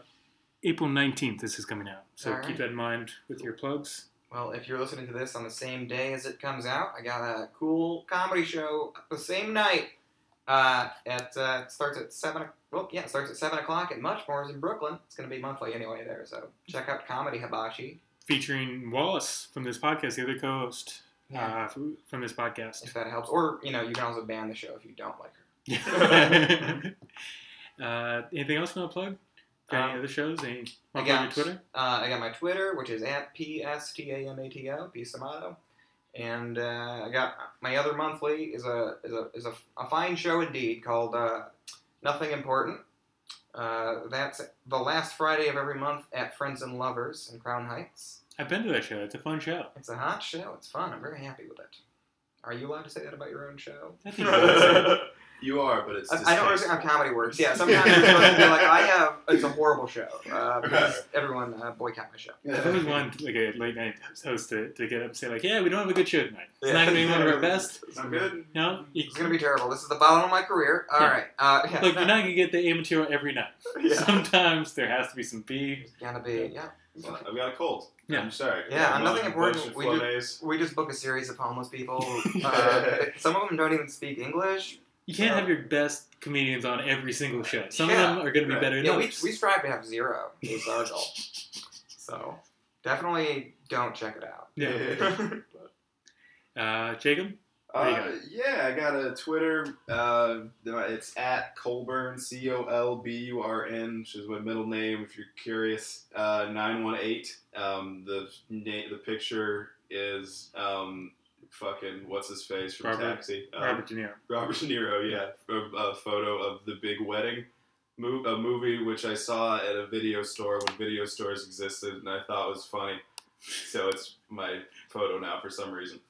April 19th. This is coming out, so
All right.
keep that in mind with your plugs.
Well, if you're listening to this on the same day as it comes out, I got a cool comedy show the same night. Uh, at uh, it starts at seven. o- Well, yeah, it starts at seven o'clock at Muchmore's in Brooklyn. It's gonna be monthly anyway there, so check out comedy hibachi
Featuring Wallace from this podcast, the other co-host uh, f- from this podcast.
if that helps. Or you know, you can also ban the show if you don't like her.
uh, anything else you want to plug? Got any
Um,
other shows? Any
I
want to plug your
got-
Twitter?
Uh, I got my Twitter, which is at pstamato, pstamato, and uh, I got my other monthly is a is a is a, a fine show indeed called uh, Nothing Important. Uh, that's the last Friday of every month at Friends and Lovers in Crown Heights.
I've been to that show. It's a fun show.
It's a hot show. It's fun. I'm very happy with it. Are you allowed to say that about your own show?
I think it's-
you are, but it's.
I, I don't
distasteful.
understand how comedy works. Yeah, sometimes you're supposed to be like, I have. It's a horrible show. Uh, please, everyone uh, boycott my show.
I've always wanted like a late night host to, to get up and say like, "Yeah, we don't have a good show tonight. It's not
Yeah.
going to be one of our best."
I'm good.
No, you,
It's gonna be terrible. This is the bottom of my career. All
Yeah.
right, Uh, yeah.
like you're not going to get the A material every night.
Yeah.
Sometimes there has to be some B.
It's gonna be. Yeah.
I've got a cold.
Yeah.
I'm sorry.
Yeah,
I'm
nothing
on a
important.
bunch of
We do-
Flonase.
We just book a series of homeless people. Uh, some of them don't even speak English.
You can't
Yeah.
have your best comedians on every single show. Some
Yeah.
of them are going to be
Right.
better than
Yeah, we,
others.
we strive to have zero. Is our goal. So definitely don't check it out.
yeah. Uh, Jacob, What do you
Uh, yeah, I got a Twitter. Uh, it's at Colburn, C O L B U R N, which is my middle name. If you're curious, uh, nine one eight. Um, the na- the picture is um, fucking what's his face from
Robert-
Taxi. Um,
Robert De Niro.
Robert De Niro, yeah, a, a photo of the big wedding, mo- a movie which I saw at a video store when video stores existed, and I thought was funny. So it's my photo now for some reason.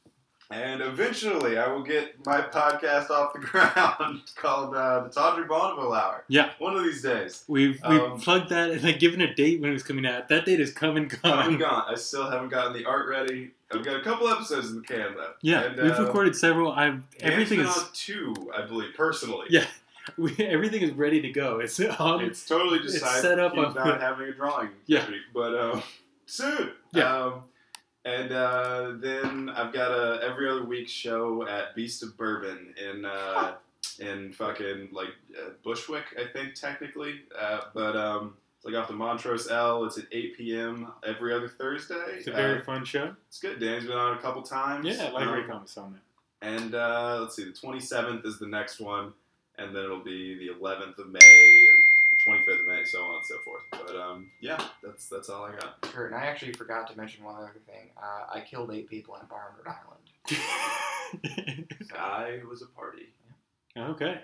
And eventually, I will get my podcast off the ground called uh, the Tawdry Bonneville Hour.
Yeah.
one of these days.
We've we
Um,
have plugged that and like given a date when it was coming out. That date is come and
I haven't
gone.
gone. I still haven't gotten the art ready. I've got a couple episodes in the can though.
Yeah,
And,
we've
uh,
recorded several. I've everything
Dan's
is
been on two, I believe, personally.
Yeah. we, everything is ready to go. It's um, on.
it's totally
it's
decided.
set up
he's
on-
not having a drawing.
Yeah.
activity, but uh, soon.
Yeah.
Um, and uh, then I've got a every other week show at Beast of Bourbon in uh, in fucking like uh, Bushwick, I think technically, uh, but um, it's like off the Montrose L. It's at 8 p.m. every other Thursday.
it's a
Uh,
very fun show.
it's good. Dan's been on a couple times.
Yeah, like
Um,
Ray Comics on that.
and uh, let's see, the 27th is the next one, and then it'll be the 11th of May and the 25th of May, so on and so forth. But um, yeah, that's that's all I got.
Sure, and I actually forgot to mention one other thing. Uh, I killed eight people in a bar in Rhode Island.
I was a party.
okay.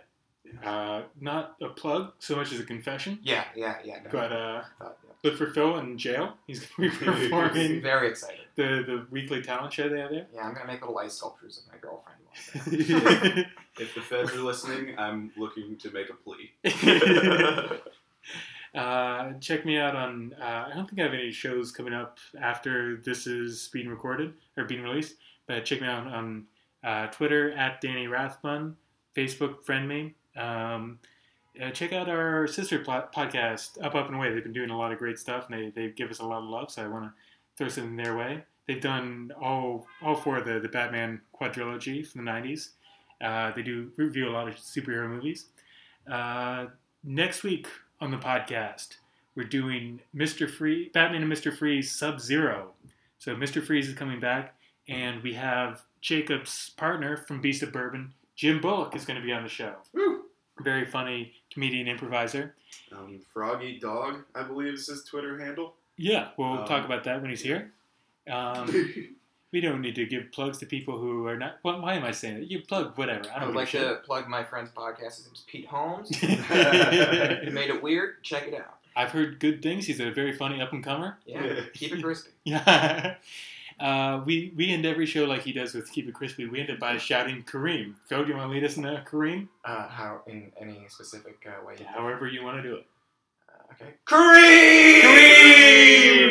Uh, not a plug so much as a confession,
Yeah, yeah, yeah. No,
but uh,
but, yeah.
look for Phil in jail. He's going to be performing the,
Very excited.
the weekly talent show they have
Yeah, I'm gonna make little ice sculptures of my girlfriend.
Oh, there.
If the feds are listening, I'm looking to make a plea.
uh, check me out on. Uh, I don't think I have any shows coming up after this is being recorded or being released, but check me out on uh, Twitter at Danny Rathbun, Facebook friend me. Um, uh, check out our sister pl- podcast, Up Up and Away. They've been doing a lot of great stuff, and they, they give us a lot of love. So I want to throw something their way. They've done all all four of the the Batman quadrilogy from the '90s. Uh, they do review a lot of superhero movies. Uh, next week on the podcast, we're doing Mr. Free, Batman and Mr. Freeze Sub Zero. So Mr. Freeze is coming back, and we have Jacob's partner from Beast of Bourbon, Jim Bullock, is going to be on the show.
Woo!
Very funny comedian improviser.
Um, Froggy Dog, I believe, is his Twitter handle.
Yeah, we'll
Um,
talk about that when he's here. Um, we don't need to give plugs to people who are not. Well, why am I saying that? You plug whatever. I
I
don't
would like
give a
to plug my friend's podcast. His name's Pete Holmes.
shit.
He made it weird. Check it out.
I've heard good things. He's a very funny up and comer.
Yeah, keep it crispy.
Yeah. Uh, we we end every show like he does with Keep It Crispy. We end it by shouting Kareem. Phil, do you want to lead us in a Kareem?
Uh, how in any specific uh, way?
However you want to do it.
Okay. Kareem!
Kareem!